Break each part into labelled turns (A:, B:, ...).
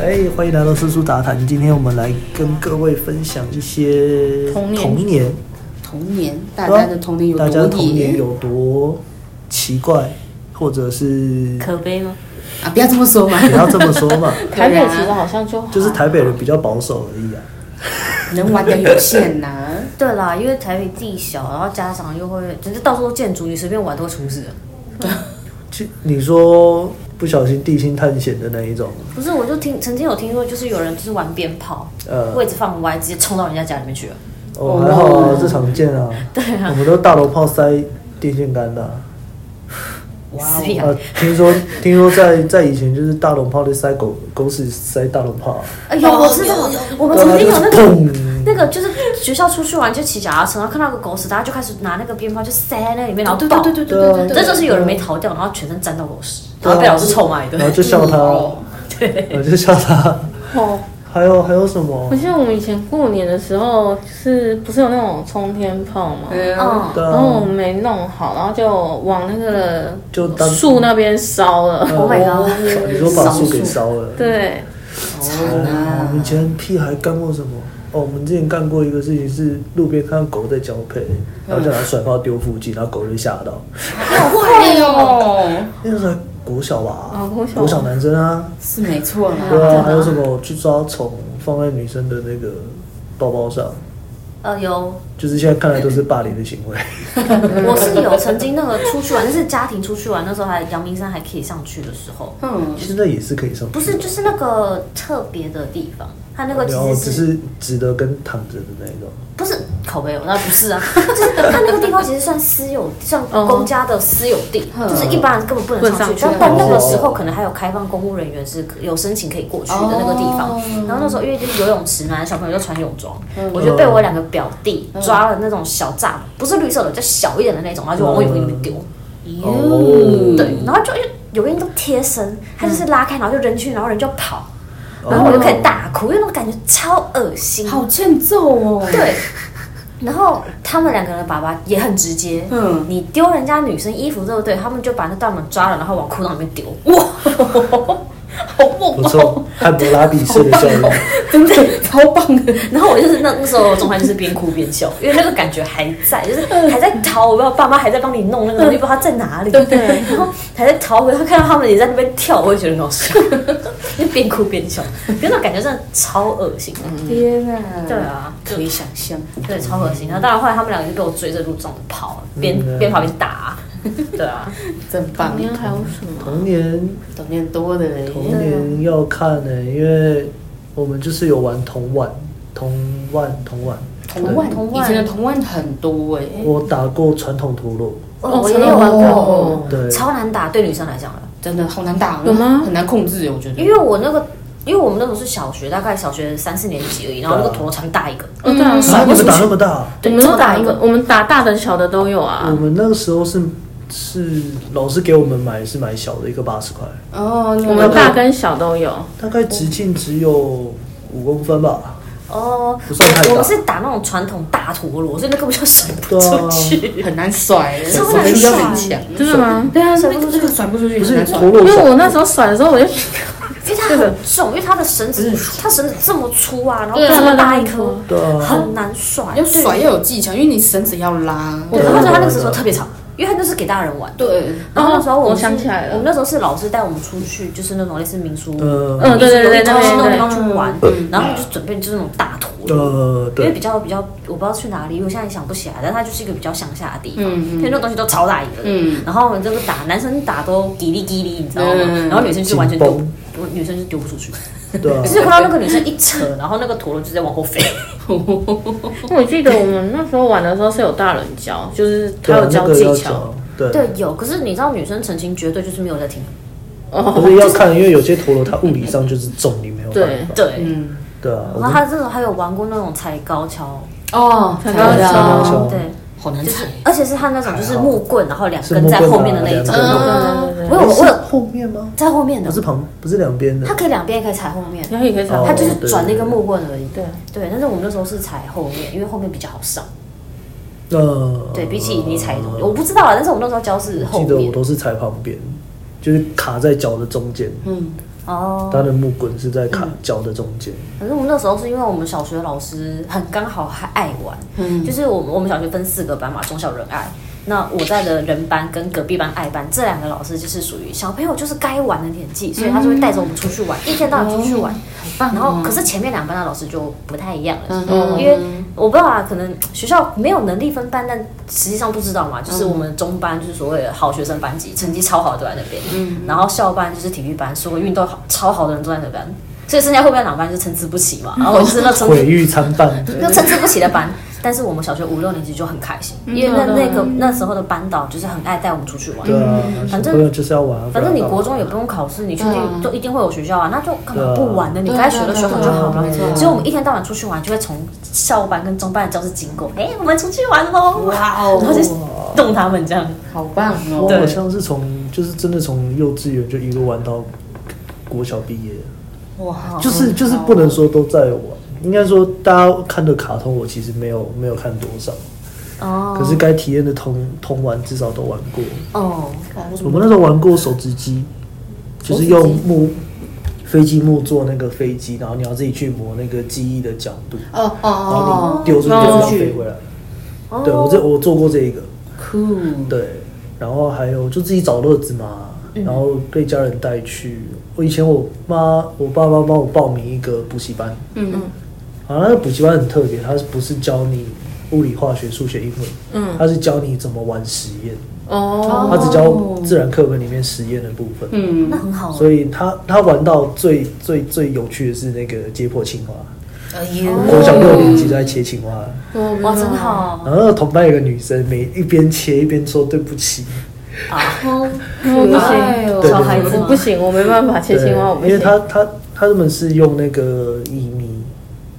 A: 哎，欢迎来到四叔杂谈。今天我们来跟各位分享一些
B: 童年
A: 童年，
B: 童年，大家的童年有
A: 大家
B: 多
A: 的童年
B: 野
A: 有多奇怪，或者 是
C: 可悲吗？
B: 啊？不要这么说嘛，
A: 不要 这么说嘛，
C: 台北其实好像就
A: 就是台北人比较保守而已啊。
B: 能玩的有限呐、
C: 对啦，因为台北地小，然后家长又会，就是到处都建筑，你随便玩都会出事。
A: 就你说不小心地心探险的那一种，
C: 不是，我就听曾经有听说，就是有人就是玩鞭炮，
A: 呃，
C: 位置放歪，直接冲到人家家里面去了。
A: 哦，还好啊
B: 哦，
A: 这常见 啊。对啊，我们都大楼炮塞电线杆的啊、
B: 哇
C: 死屁
A: 啊，听说听说在在以前就是大龙炮的塞狗狗屎塞大龙炮，啊
C: 哎呦，
B: 哦
C: 我知道
B: 有有，
C: 我们
A: 对啊
C: 曾经有那
A: 就是
C: 个
A: 砰
C: 那个，就是学校出去玩就骑脚踏车，然后看到个狗屎，大家就开始拿那个鞭炮就塞在那里面，然后
B: 对
C: 爆
B: 对对对对对对，
C: 这就是有人没逃掉，然后全身沾到狗屎，
A: 对啊
C: 然后被老师臭骂一
A: 然后
C: 顿。
A: 就笑 他，
B: 哦
A: 我就笑他。
D: 哦，
A: 还有还有什么
D: 我？记得我们以前过年的时候，就是不是有那种冲天炮嘛，
B: 嗯，
C: 嗯，
A: 对
D: 然后我
A: 啊，
D: 们没弄好，然后就往那个
A: 就当
D: 树那边烧了。
C: Oh my god
A: 呃你说把树给烧了？
D: 对，
B: 惨
A: 哦我们以
B: 啊！
A: 前屁孩干过什么？哦，我们之前干过一个事情是路边看到狗在交配，
D: 嗯
A: 然后就拿甩炮丢附近，然后狗就吓到。
B: 好
A: 啊
B: 坏哦，
A: 那时候还国小吧
D: 哦，国小哦
A: 男生啊，
B: 是没错啦。
A: 对啊，还有什么去抓虫放在女生的那个包包上，
C: 呃，有
A: 就是现在看来都是霸凌的行为。
D: 嗯
C: 我是有曾经那个出去玩，就是家庭出去玩，那时候还阳明山还可以上去的时候，
B: 嗯，
A: 现在也是可以上去，
C: 不是就是那个特别的地方，它那个其
A: 然后
C: 实
A: 哦只
C: 是
A: 是直的跟躺着的那一种。
C: 不是口碑哦，那不是啊，就是它那个地方其实算私有，算
D: 嗯
C: 公家的私有地，
B: 嗯
C: 就是一般人根本不
D: 不
C: 能
D: 能
C: 上去。
D: 上去
C: 但但那个
A: 哦
C: 时候可能还有开放公务人员是可有申请可以过去的那个地方
B: 哦。
C: 然后那时候因为就是游泳池嘛，小朋友就穿泳装，
B: 嗯
C: 我就被我两个表弟抓了那种小蚱蜢，不是绿色的，就小一点的那种，然后就往我泳衣里面丢。
A: 哦
B: 哟，
C: 对，
A: 嗯
C: 然后就有人都贴身，他就是拉开，然后就扔去，然后人就跑，
A: 哦
C: 然后我就开始大哭，因为那种感觉超恶心。
B: 好欠揍哦。
C: 对，然后他们两个人的爸爸也很直接，
B: 嗯
C: 你丢人家女生衣服对不对？他们就把那大门抓了，然后往裤裆里面丢。
A: 哦
C: 啊
A: 不错， 汉谟拉比式的效应。
B: 真的超棒的，
C: 然后我就是那那时候中间就是边哭边笑，因为那个感觉还在，就是还在逃，我不知道爸妈还在帮你弄那个东西，不知道它在哪里，对
D: 对
C: 然后还在逃回，他看到他们也在那边跳，我也觉得很好笑，就边哭边笑，可是那种感觉真的超恶心的。
D: 嗯
B: 天哪！
C: 对，啊，
B: 可以想象。
C: 对，超恶心。然后当然后来他们两个就被我追着路上跑，边
A: 嗯
C: 边跑边打啊。对啊，
B: 真
D: 旁
B: 棒，
D: 边还有什么？
A: 童年
B: 懂念多的嘞，
A: 童年要看呢、因为我们就是有玩童玩、童玩、童玩。
B: 童万，
C: 童
B: 以
C: 万
B: 前的童万很多哎，
A: 我打过传统陀螺，
C: 我我也有玩过，
B: 哦
A: 对，
C: 超难打，对女生来讲了，啊
B: 真的好难打，哦
D: 有吗
B: 很难控制，我觉得。
C: 因为我那个。因为我们那时候是小学，大概小学三四年级而已，然后那个陀螺船大一个，
D: 哦，对啊，
A: 啊，
B: 甩
A: 你们
B: 不出
A: 打
B: 去
A: 那么大？
D: 我
C: 对，
D: 们
C: 超
D: 都
C: 大
D: 打
C: 一
D: 一个，
C: 个，
D: 我们打大的小的都有
A: 我
D: 啊。
A: 们那个时候是是老师给我们买是买小的，一个八十块，
B: 哦，
D: 我
B: 我
D: 们大跟小都有，
A: 大概直径只有五公分吧。
C: 哦，
A: 不算太大
C: 我我们是打那种传统大陀螺，所以那根本就甩不
A: 对
C: 出
A: 啊
C: 去。
B: 很难甩，
C: 超
A: 难甩
B: 很强。
D: 真的吗？
A: 嗯
B: 对啊，那个这个甩不出去，
A: 不
B: 很
A: 是
B: 难甩
A: 陀。螺
D: 因为
A: 甩，
D: 我那时候甩的时候，我就
A: 嗯
C: 因为它很重，因为它的绳子
B: 嗯，
C: 它绳子这么粗啊，然后
B: 对啊
C: 这么大一
D: 对
C: 颗
D: 啊，
A: 对啊，
C: 很难甩，
B: 要甩要有技巧，因为你绳子要拉。
C: 对，
A: 对
C: 然后
A: 对
C: 他那
A: 对
C: 个时候
A: 对
C: 特别长，因为他就是给大人玩。
B: 对，
C: 然后那时候我们
D: 哦我
C: 是
D: 想起来了
C: 我们那时候是老师带我们出去，就是那种类似民俗，
A: 呃
D: 嗯对对对
C: 那
D: 那
C: 那
D: 边
C: 种地
D: 对
C: 方去玩
B: 嗯，
C: 然后就准备就是那种大陀螺。
A: 呃，
C: 因为
A: 对
C: 比，较比较，我不知道去哪里，因为我现在也想不起来，但它就是一个比较乡下的地方，
B: 嗯嗯
C: 所以那种东西都超大一个，
B: 嗯
C: 然后我们这个打，男生打都叽哩叽哩，你知道吗？
B: 嗯
C: 然后女生就完全丢
A: 紧，
C: 女生就丢不出去，就
A: 对啊，
C: 是看到那个女生一扯，然后那个陀螺就在往后飞，
D: 我记得我们那时候玩的时候是有大人教，就是他
A: 对啊
D: 有
A: 那
D: 教
A: 个
D: 技
A: 要
D: 巧。
A: 教，对，
C: 对，有，可是你知道女生成型绝对就是没有在听，
D: 哦，
A: 不是要看，因为有些陀螺它物理上就是重，你没有办法。
C: 对，
B: 嗯，
A: 对啊，我
C: 然
A: 们
C: 后他这种还有玩过那种踩高跷，
B: 哦，
D: 踩
B: 好
D: 高
B: 的
A: 高跷
D: 跷，
C: 对，
B: 好难
C: 就是
B: 踩。
C: 而且是他那种就是木棍，然后两
A: 是
C: 根
A: 木
C: 在
A: 棍
C: 后
A: 啊
C: 面的那一种
A: 两，根
B: 嗯
D: 对对对
C: 我
D: 对，
C: 有我
A: 是
C: 有
A: 后面吗？
C: 在后面的
A: 不，是旁，不是两边的
C: 它。可以两边也可以踩后面，
D: 然后也可以踩
A: 哦
D: 后
C: 它
D: 面。
C: 就是转那根木棍而已。
D: 对，
C: 对，但是我们那时候是踩后面，因为后面比较好上。
A: 呃，
C: 对比起你踩，我不知道啊，但是我们那时候教是后
A: 记得我
C: 面。
A: 都是踩旁边，就是卡在脚的中间。
B: 嗯，
C: 哦，嗯
A: 它的木棍是在卡脚的中间。
C: 可是我们那时候是因为我们小学老师很刚好还爱玩，
B: 嗯
C: 就是我们我们小学分四个班嘛，中小人爱。那我在的人班跟隔壁班爱班这两个老师就是属于小朋友就是该玩的年纪，所以他就会带着我们出去玩，一天到晚出去玩。
B: 哦
C: 然后可是前面两班的老师就不太一样了，
B: 嗯
C: 因为我不知道啊，可能学校没有能力分班，但实际上不知道嘛，
B: 嗯
C: 就是我们中班就是所谓的好学生班级，成绩超好都在那边，
B: 嗯
C: 然后校班就是体育班，所有运动好超好的人都在那边。所以剩下后面两班就参差不齐嘛，然后我就是那参
A: 毁誉参半，
C: 就参差不齐的班。但是我们小学五六年级就很开心，
B: 嗯
C: 因为那那个那时候的班导就是很爱带我们出去玩。
A: 对啊，小
C: 嗯反正
A: 朋友就是要玩啊。
C: 反正你国
A: 不
C: 中
A: 然
C: 也
A: 干嘛
C: 不用考试，你确
B: 对啊
C: 定就一定会有学校啊，那就干
A: 对啊
C: 嘛不玩呢？你
B: 对啊
C: 该学的学好就好
B: 对啊对啊
C: 了。所以我们一天到晚出去玩，就会从校班跟中班的教室经过，哎，我们出去玩喽，
B: 哇哦
C: 然后就动他们这样。
B: 好棒
A: 我
B: 哦！
A: 好像是从就是真的从幼稚园就一路玩到国小毕业，
C: 哇，
A: 就是就是不能说都在玩，应该说大家看的卡通我其实没有没有看多少，
C: 哦，
A: 可是该体验的童童玩至少都玩过。
C: 哦，
A: 我们那时候玩过手指嗯机，就是用木飞机木做那个飞机，然后你要自己去磨那个机翼的角度，
B: 哦哦
A: 然后
B: 哦
A: 你丢出去就
D: 哦
A: 要飞回来。对我这我做过这一个，
B: ，cool，
A: 对，然后还有就自己找乐子嘛，然后被家人带去。我以前我妈我爸妈帮我报名一个补习班，
B: 嗯
A: 好像那个补习班很特别，它不是教你物理、化学、数学、英文，
D: 嗯
A: 它是教你怎么玩实验，
D: 哦，
A: 它只教自然课本里面实验的部分。
B: 嗯
C: 那很好啊玩。
A: 所以他他玩到最最最有趣的是那个解剖青蛙，
C: 哎呦
A: 国小六年级就在切青蛙，
C: 哇，真好
A: 然后那个同班有个女生，每一边切一边说对不起，
C: 啊！
D: 我不
B: 哦
D: 行，
A: 对
C: 小孩子
D: 我
C: 吗
D: 不行，我没办法切青蛙，我不
A: 对因为
D: 行。
A: 他他他们是用那个乙醚，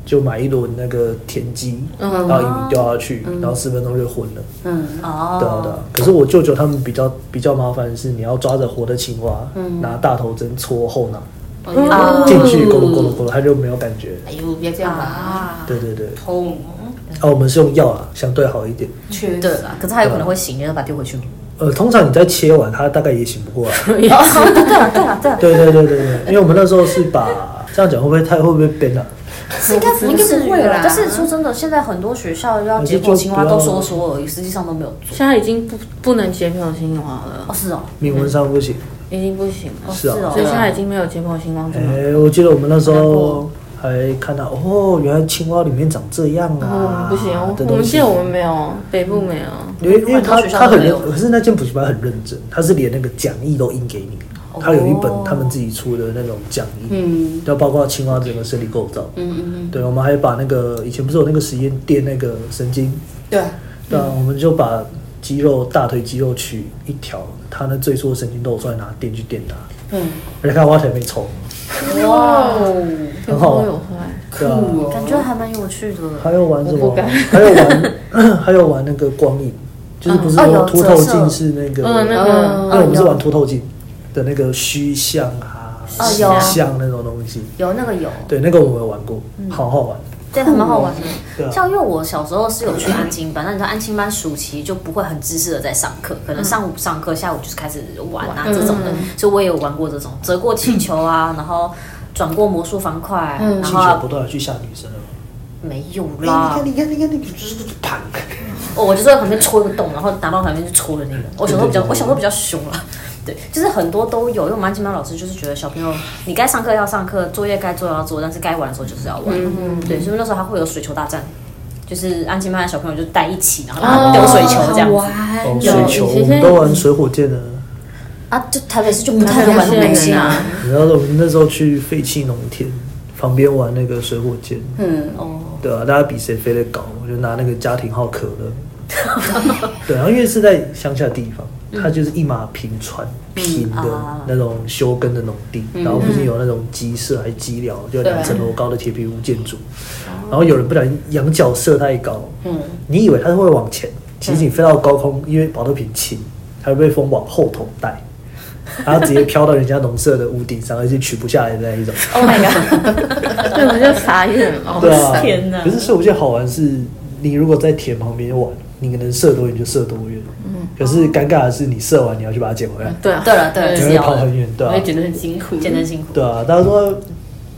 A: 就买一轮那个田鸡，然
D: 嗯
A: 后乙醚掉下去，然后十分钟就昏了，
B: 嗯
C: 哦，
A: 对啊对啊。可是我舅舅他们比较比较麻烦的是，你要抓着活的青蛙，
D: 嗯
A: 拿大头针戳后脑
C: 哦
A: 进去，咕噜咕噜咕噜，他就没有感觉。
B: 哎呦，别这样啦，
C: 啊，
A: 对对对，
B: 痛，
A: 啊，我们是用药啊，相对好一点。
B: 确
C: 对
B: 实，
C: 啦，可是他有可能会醒，你要把它丢回去吗？
A: 呃，通常你在切完，它大概也醒不过来。
C: 啊对了对了对了，
A: 对对对对对，因为我们那时候是把这样讲会不会太会不会编啊？
C: 是应该不
B: 应该不会啦
C: 但是说真的，现在很多学校要解剖青蛙都说说而已，实际上都没有做。
D: 现在已经不不能解剖青蛙了，
C: 哦，是哦，
A: 明文上不行。
D: 已经不行了，
A: 是啊
C: 哦
D: 所以现在已经没有解剖青蛙这
A: 哎、
D: 种。
A: 我记得我们那时候还看到哦，原来青蛙里面长这样啊
D: 嗯，，不行，
A: 的
D: 我
A: 东
D: 们
A: 西
D: 记得我们没有，北部没有。
A: 因为因为他
C: 很多学校
A: 他很
C: 都
A: 认，
C: 没有
A: 可是那间补习班很认真，他是连那个讲义都印给你，他有一本他们自己出的那种讲义，
B: 嗯
A: 要包括青蛙整个生理构造。
B: 嗯嗯，
A: 对，我们还把那个以前不是有那个实验垫那个神经，
B: 对，
A: 对啊，我们就把肌肉大腿肌肉取一条，它那最粗的神经都有出来拿电去电它，
B: 嗯，
A: 而且看挖起来没抽，
C: 哇，
A: 很好
D: 有好
A: 玩
D: 有坏，
A: 对啊。
B: 酷哦
C: 感觉还蛮有趣的。
A: 还有玩什
D: 我
A: 么
D: 不敢？
A: 还有玩，还有玩那个光影，就是不是
C: 嗯哦
A: 说
C: 有
A: 凸
C: 折
A: 透
C: 射
A: 镜是那个，
D: 嗯，那
A: 因
D: 个
A: 为我们是
C: 有
A: 玩凸透镜的那个虚像啊、
C: 哦
A: 实
C: 有
A: 像那种东西。
C: 有那个有，
A: 对，那个我们有玩过，好好玩。
C: 对，还蛮好玩的。
A: 对啊，
C: 像因为我小时候是有去安亲班，那你知道安亲班暑期就不会很知识的在上课，可能
A: 嗯
C: 上午不上课，下午就是开始玩啊这种的，所以我也有玩过这种折过气球啊，
A: 嗯
C: 然后转过魔术方块，
B: 嗯
C: 然
A: 气
C: 后
A: 球
C: 啊
A: 不断的去吓女生了吗？
C: 没有啦
A: 哎，你看，你看，你看，你看，就是砰！
C: 哦，我就是在旁边戳一个洞，然后拿到旁边去戳的那个。我小时候比较，我小时候比较凶啦，对，就是很多都有。因为我们安亲班老师就是觉得小朋友，你该上课要上课，作业该做要做，但是该玩的时候就是要玩。对，所以那时候还会有水球大战，就是安亲班的小朋友就待一起，然后
B: 啊
C: 大家丢水球这样子、
A: 哦，
B: 玩
A: 水球，
D: 有
A: 我
D: 以前
A: 们都玩水火箭的。
C: 啊。就台北市就不太能玩那么东西啊。
A: 你知道我们那时候去废弃农田旁边玩那个水火箭，
B: 嗯，
C: 哦，
A: 对啊，大家比谁飞得高，我就拿那个家庭号可乐。 对，然后因为是在乡下地方，它就是一马平川平的
C: 啊
A: 那种休耕的农地，然后附近有那种鸡舍还是鸡寮，就两层楼高的铁皮屋建筑。然后有人不小心仰角射太高，嗯，你以为它会往前，其实你飞到高空，因为保特瓶轻，它会被风往后头带，然后直接飘到人家农舍的屋顶上，而且取不下来的那一种。
C: Oh my god！
D: 对，我就傻眼了。 哦
A: 对啊，
C: 天哪
A: 可是射火箭好玩是，你如果在田旁边玩，你可能射多远就射多远。嗯，可是尴尬的是，你射完你要去把它捡回来，
D: 对啊，
C: 对了对了，
D: 对
A: 你
C: 是
A: 会
C: 要
A: 跑
C: 的，
A: 很远，对
D: 我
A: 啊
D: 也，觉得很辛苦，
C: 真的辛苦
A: 对啊。大家都在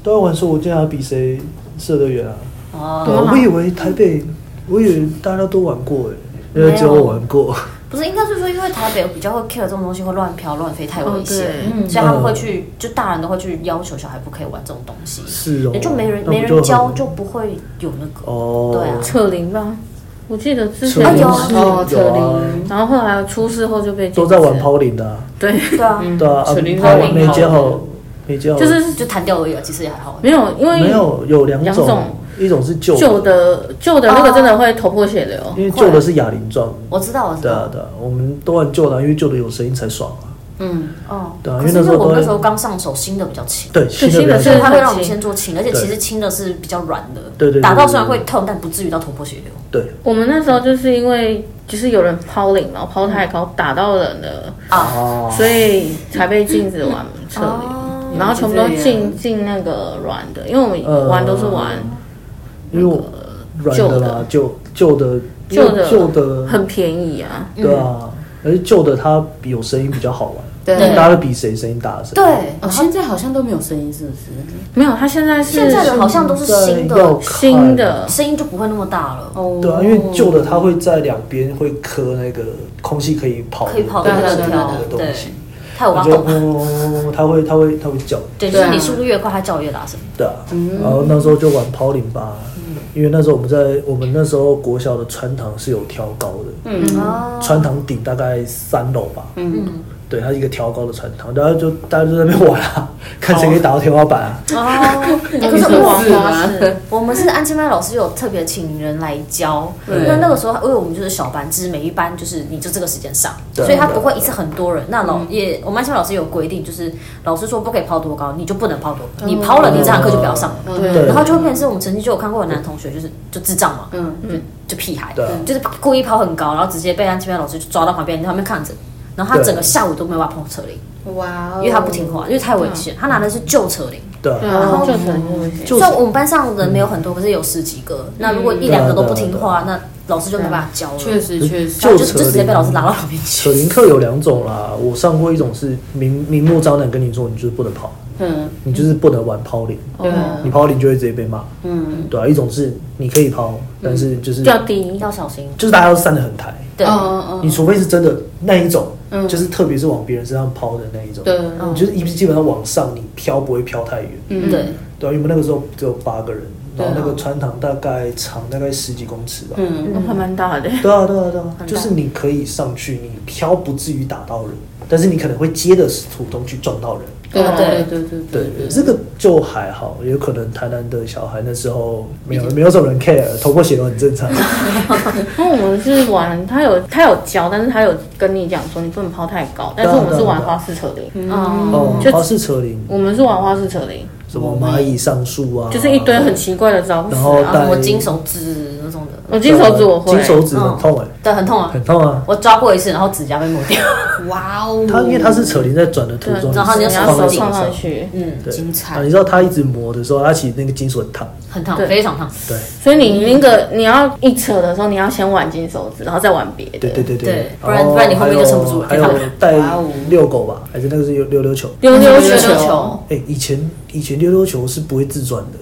A: 都在玩说，我今天要比谁射得远啊。对
C: 哦。
A: 啊，
D: 吗
A: 我以为台北，我以为大家都玩过诶，因为只有我玩过。
C: 不是，应该是说，因为台北比较会 care 这种东西，会乱飘乱飞，太危险
D: 哦对，
C: 嗯所以他们会去，就大人都会去要求小孩不可以玩这种东西，
A: 是哦
C: 也，就没人
A: 那不
C: 没人教，
A: 很
C: 就不会有那个。
A: 哦，
C: 对啊
D: 扯铃吧，我记得之
A: 扯
D: 前
C: 啊
A: 铃
C: 有
A: 是
D: 哦扯
A: 有啊，
D: 铃，然后后来出事后就被
A: 都在玩
D: 抛，
A: 抛零的啊，
D: 对，
C: 对啊，
A: 对啊，啊
D: 扯铃
A: 抛
D: 抛铃
A: 没接
D: 抛
A: 好
D: 铃，
A: 没接好，
D: 就是
C: 就弹掉而已啊，其实也还好。
D: 没有，因为
A: 没有有两
D: 两
A: 种
D: 种，
A: 一种是旧
D: 旧，的旧的那个真的会头破血流，
A: 因为旧的是哑铃状，
C: 我知道，我知
A: 对啊
C: 道，
A: 对啊，我们都玩旧的啊，因为旧的有声音才爽啊，
C: 嗯，哦，
A: 对啊
C: 可
A: 因为那时
C: 是因
A: 候
C: 为我
A: 都会
C: 们那时候刚上手，新的比较轻，
A: 对，
D: 是
A: 新
D: 新
A: 的
D: 的
A: 比较
C: 所以
D: 是
C: 它会让我们
D: 轻
C: 先做轻，而且
A: 对
C: 其实轻的是比较软的，
A: 对对对
C: 打到
A: 对
C: 虽然
A: 对
C: 会痛，但不至于到头破血流。
A: 对，
D: 我们那时候就是因为就是有人抛领，然后抛太高打到人了，
C: 啊，
A: 哦，
D: 所以才被禁止玩撤
C: 哦
D: 离，然后全部都进进那个软的，因为我
A: 呃
D: 们玩都是玩
A: 因为我软的啦，旧旧的因为
D: 旧的，
A: 旧的，
D: 很便宜啊，
A: 对啊，而且旧的它有声音比较好玩，
B: 对
A: 大家都比谁声音大声，
C: 对，
B: 哦，现在好像都没有声音，是不是？
D: 没有，它现在
C: 现
D: 是
C: 在的好像都是新的，
D: 新，的，
C: 声音就不会那么大了。
B: 哦
A: 对啊，因为旧的它会在两边会刻那个空气可以跑
C: 可以跑
B: 的
A: 那
B: 那
A: 个
B: 个
A: 条
B: 条
A: 的东西，
C: 它有挖
A: 你就
C: 洞，
A: 嗡嗡嗡嗡嗡，它会它会它会叫，
C: 对，就
B: 对啊
C: 是你速度越快，它叫越大声。
A: 对啊，然后那时候就玩抛领吧，因为那时候我们在我们那时候国小的穿堂是有挑高的，
B: 嗯
C: 哦
A: 穿堂顶大概三楼吧，
B: 嗯，
A: 对，它是一个挑高的穿堂，然后就大家就在那边玩啊，看谁可以打到天花板啊，
C: 哦，
D: 那
C: 可
D: 个
C: 是
D: 是
C: 我
D: 王
B: 是
D: 花
B: 吗
D: 式，
C: 我们是安亲班老师有特别请人来教，
B: 对
C: 那那个时候因为我们就是小班制，每一班就是你就这个时间上，
A: 对
C: 所以他不会一次很多人。那老也我们安亲班老师有规定，就是老师说不可以抛多高，你就不能抛多高，你抛了你这堂课就不要上了。
A: 对
C: 哦然后就会变成是我们曾经就有看过有男同学就是就智障嘛，
B: 嗯
C: 就就屁孩
A: 对啊，
C: 就是故意抛很高，然后直接被安亲班老师就抓到旁边，他们看着，然后他
A: 对
C: 整个下午都没有办法碰车铃，
B: 哇哦
C: 因为他不听话，因为太危险，他拿的是旧车铃。
A: 对
B: 嗯
D: 对
A: 啊，
D: 啊，然后
C: 后
D: 就很危险，
A: 就嗯
C: 虽然我们班上人没有很多，可是有十几个。那如果一两个都不听话，那老师就没
D: 啊
C: 办法教了，啊
B: 确实确实，
A: 啊就啊
C: 就就直接被老师拉到旁边去。
A: 扯铃课有两种啦，我上过一种是明明目张胆跟你说，你就是不能跑，
B: 嗯，
A: 你就是不能玩抛领，
B: 对啊
A: 你抛领就会直接被骂，
B: 嗯，
A: 对啊，一种是你可以抛，但是就是
D: 掉低，
C: 嗯要小心，
A: 就是大家要站得很抬，
C: 对，
D: 哦
B: 嗯
A: 你
B: 嗯
A: 除非是真的那一种，
B: 嗯
A: 就是特别是往别人身上抛的那一种，
B: 嗯，对，
A: 你就是一基本上往上，你飘不会飘太远，
B: 嗯
C: 对，
A: 对啊，因为那个时候只有八个人，
B: 对
A: 然
B: 啊
A: 后那个穿堂大概长大概十几公尺吧，
B: 嗯
D: 哦那还蛮大的，
A: 对啊对啊对啊，
D: 大
A: 就是你可以上去，你飘不至于打到人，但是你可能会接的途中去撞到人，
B: 对
C: 哦
B: 嗯对
C: 对
B: 对对
A: 对，这个就还好，也有可能台南的小孩那时候没有没有什么人 care，头破血流很正常，
D: 然后我们是玩，他有他有教，但是他有跟你讲说你不能抛太高，但是我们是玩花式扯铃，
C: 嗯，
A: 哦，
D: 就
A: 花式车铃，
D: 我们是玩花式扯铃，
A: 什么蚂蚁上树啊，
D: 就是一堆很奇怪的招式
A: 然后
D: 啊。
C: 啊，什么金手指那种的，
D: 我哦金手指我会，
A: 金手指很痛哎、
C: 对，很痛啊。
A: 很痛啊。
C: 我抓过一次，然后指甲被磨掉。
B: 哇哦
A: 它因为它是扯铃在转的途中，
D: 对，
C: 然后
A: 你
C: 你
A: 是
C: 就
D: 你要
A: 放在
D: 手
A: 手
D: 放上
A: 上，
D: 去，
C: 嗯，
A: 对
B: 精彩
A: 啊你知道它一直磨的时候，它其实那个金属很烫，
C: 很烫，
D: 对
C: 非常烫。
A: 对，
D: 所以你那个你要一扯的时候，你要先挽金手指，然后再挽别的。
A: 对对对
C: 对
A: 然
C: 不然
A: 后
C: 不然你后面就撑不住了
A: 还有
C: 太
A: 还
C: 烫
A: 有
C: 了
A: 带
B: 哇哦
A: 遛狗吧，还是那个是溜溜溜球？
D: 溜溜
B: 溜
D: 球，
B: 溜球
A: 哎、以前以前溜溜球是不会自转的，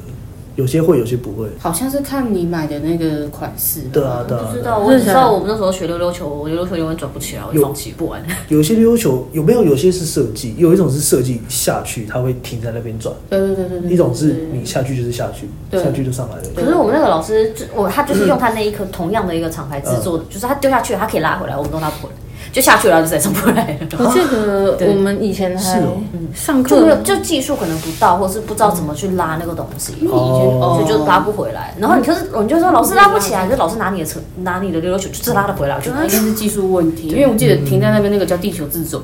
A: 有些会，有些不会。
B: 好像是看你买的那个款式，
A: 对啊，对啊
C: 不，知
A: 对啊
C: 道，我只知道我们那时候学溜溜球，我溜溜球永远转不起来，我就放弃不玩。
A: 有些溜溜球有没有？有些是设计，有一种是设计下去，它会停在那边转；
B: 对对对对对，
A: 一种是你下去就是下去，
B: 对
A: 下去就上来了。
C: 可是我们那个老师，就我他就是
A: 嗯
C: 用他那一颗同样的一个厂牌制作的，就是他丢下去了，他可以拉回来，我们都拉不回来，就下去了，然后就再上不来了。
D: 我记得
C: 对
D: 我们以前还
A: 是哦
D: 上
C: 就没有
D: 课，
C: 就技术可能不到，或是不知道怎么去拉那个东西，
A: 哦
C: 所以就拉不回来。然后你就是，你就说老师拉不起来，可是老师拿你的车，拿你的溜溜球，就是拉得回来，我就
B: 啊那应该是技术问题，因为我记得
A: 嗯
B: 停在那边那个叫地球自转，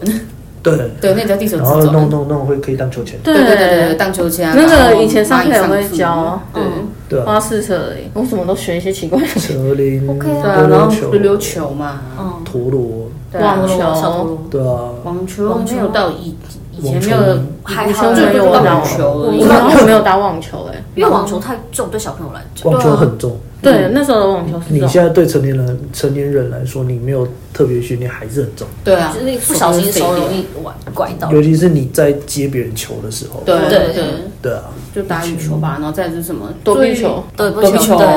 A: 对，
B: 对，那个叫地球
A: 然
B: 自
A: 后弄
B: 转，
A: 弄弄会可以当球钱。
D: 对
B: 对对对对，荡秋千啊，
D: 那
B: 然
D: 个
B: 后
D: 以前上课也
B: 蚂蚁
D: 会
B: 上树
D: 教，
B: 对，
A: 对啊，
D: 花式扯铃，我怎么都学一些奇怪的。
A: 车铃、
C: OK 啊
B: 对啊，
A: 溜
B: 然
A: 溜
B: 后
A: 球、
B: 溜溜球嘛，
C: 嗯，
A: 陀螺，
C: 对啊
D: 网球
C: 小陀螺
A: 对啊，
B: 网球没有到以以前
A: 网球
B: 没有，
C: 还
D: 以前
C: 好
D: 我没有
B: 就是
D: 打
B: 网球而
D: 我
B: 已
D: 们没有没有打网球哎，
C: 因为网球太重对小朋友来讲，
A: 网球很重。
D: 对，那时候的网球是
A: 你
D: 这
A: 现
D: 种，
A: 在对成年人成年人来说，你没有特别训练还是很重，
B: 对啊，
C: 就是不小心手容易崴拐到。
A: 尤其是你在接别人球的时候。
B: 对
C: 对
B: 对
C: 对
B: 对，
A: 对啊，
B: 就打羽球
A: 嗯
B: 吧，然后再就是什么
D: 躲避球，
C: 对不
B: 躲避球
C: 对，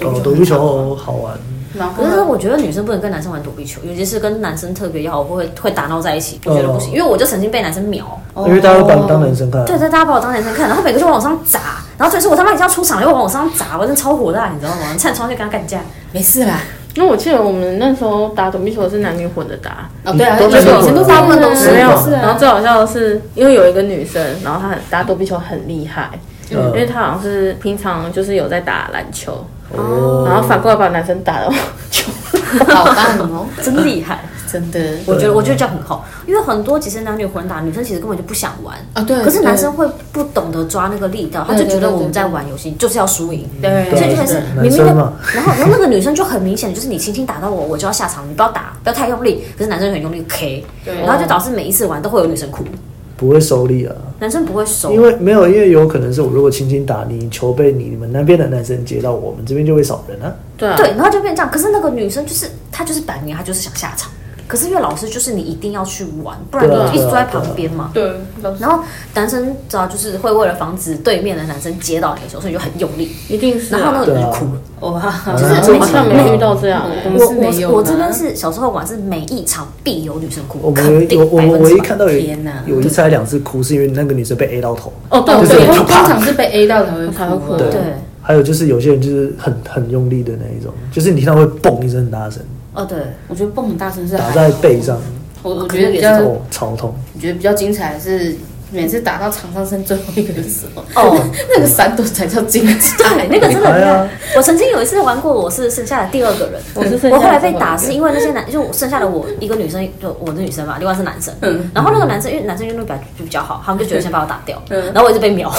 B: 对，
A: 哦，躲避球好玩，
B: 然后
C: 可是我觉得女生不能跟男生玩躲避球，尤其是跟男生特别要好，会会打闹在一起，我觉得不行，
A: 哦
C: 因为我就曾经被男生瞄，
B: 哦
A: 因为大家都把你当男生看。
C: 对对，大家把我当男生看，然后每个就往我身上砸，然后最是我他妈已经要出场了，又往我身上砸，我真的超火大，你知道吗？差点冲上去跟他干架。
B: 没事啦，
D: 因为我记得我们那时候打躲避球是男女混着打，
B: 哦对啊，
A: 都
B: 那
A: 是
B: 时候以前都是他们都是
A: 嗯
D: 没有
B: 是。
D: 然
B: 啊
D: 后最好笑的是，因为有一个女生，然后她很打躲避球很厉害，
A: 嗯
D: 因为她好像是平常就是有在打篮球，
A: 哦
D: 然后反过来把男生打了球。
B: 捣蛋哦，
C: 真厉害！
B: 真的
C: 我觉得，我觉得这样很好，因为很多其实男女混打，女生其实根本就不想玩，
B: 啊对，
C: 可是男生会不懂得抓那个力道，他
B: 对
C: 就
B: 对
C: 觉得
B: 对
C: 我们
B: 对
C: 在玩游戏就是要输赢，
B: 对，
C: 所以就开
A: 对
C: 始
A: 对
C: 明明那
A: 男生嘛，
C: 然后然后那个女生就很明显，就是你轻轻打到我，我就要下场，你不要打，不要太用力。可是男生就很用力 K，
B: 对啊
C: 然后就导致每一次玩都会有女生哭，
A: 不会收力啊，
C: 男生不会收
A: 因。为没有，因为有可能是我如果轻轻打你，球被你们那边的男生接到，我们这边就会少人啊。
D: 对啊，
C: 对，然后就变这样。可是那个女生就是她就是板娘，她就是想下场。可是因为老师就是你一定要去玩，不然
A: 对啊
C: 你一直坐在
A: 对啊对
C: 旁
A: 啊
C: 边嘛。
D: 对，老师
C: 然后男生知道就是会为了防止对面的男生接到你的球，所以就很用力。
D: 一定是啊。
C: 然后哦那个
A: 对
C: 女
A: 啊
C: 生哭了，
B: 哇，
A: 就是
D: 我好像没遇到这样，
B: 嗯
D: 我
C: 我
D: 们是没
C: 我
B: 有
C: 我
B: 吗
C: 这边是小时候玩是每一场必有女生
A: 我
C: 哭，
A: 们
C: 肯
A: 有
C: 定
A: 有我
C: 百
A: 们
C: 分
A: 唯
C: 之
A: 一
C: 百。
A: 看到有
B: 天哪
A: 有一次还两次哭，是因为那个女生被 A 到头。
D: 哦，对，
B: 哦
D: 我
A: 就是
B: 对，
A: 有
B: 通通常是被 A 到才会
D: 才会哭
B: 啊
A: 对
C: 对，
A: 还有就是有些人就是很很用力的那一种，就是你听到会嘣一声很大声，
C: 哦 对，
B: 我觉得蹦很大声是还
A: 打
B: 好
A: 在背上，
B: 我我觉得比较，
A: 哦，超痛。
B: 我觉得比较精彩的是每次打到场上剩最后一个的时候，
C: 哦，
B: 那个闪躲才叫精彩
C: 对，。那个真的很厉
A: 哎
C: 害
A: 呀。
C: 我曾经有一次玩过，我是剩下的第二个人。
D: 我是剩下的
C: 啊我后来被打
D: 最后
C: 是
D: 一个
C: 因为那些男，就我剩下的我一个女生，就我的女生嘛，另外是男生。
B: 嗯
C: 然后那个男生，因为男生运动表就比较好，他们就觉得先把我打掉。
B: 嗯
C: 然后我一直被秒。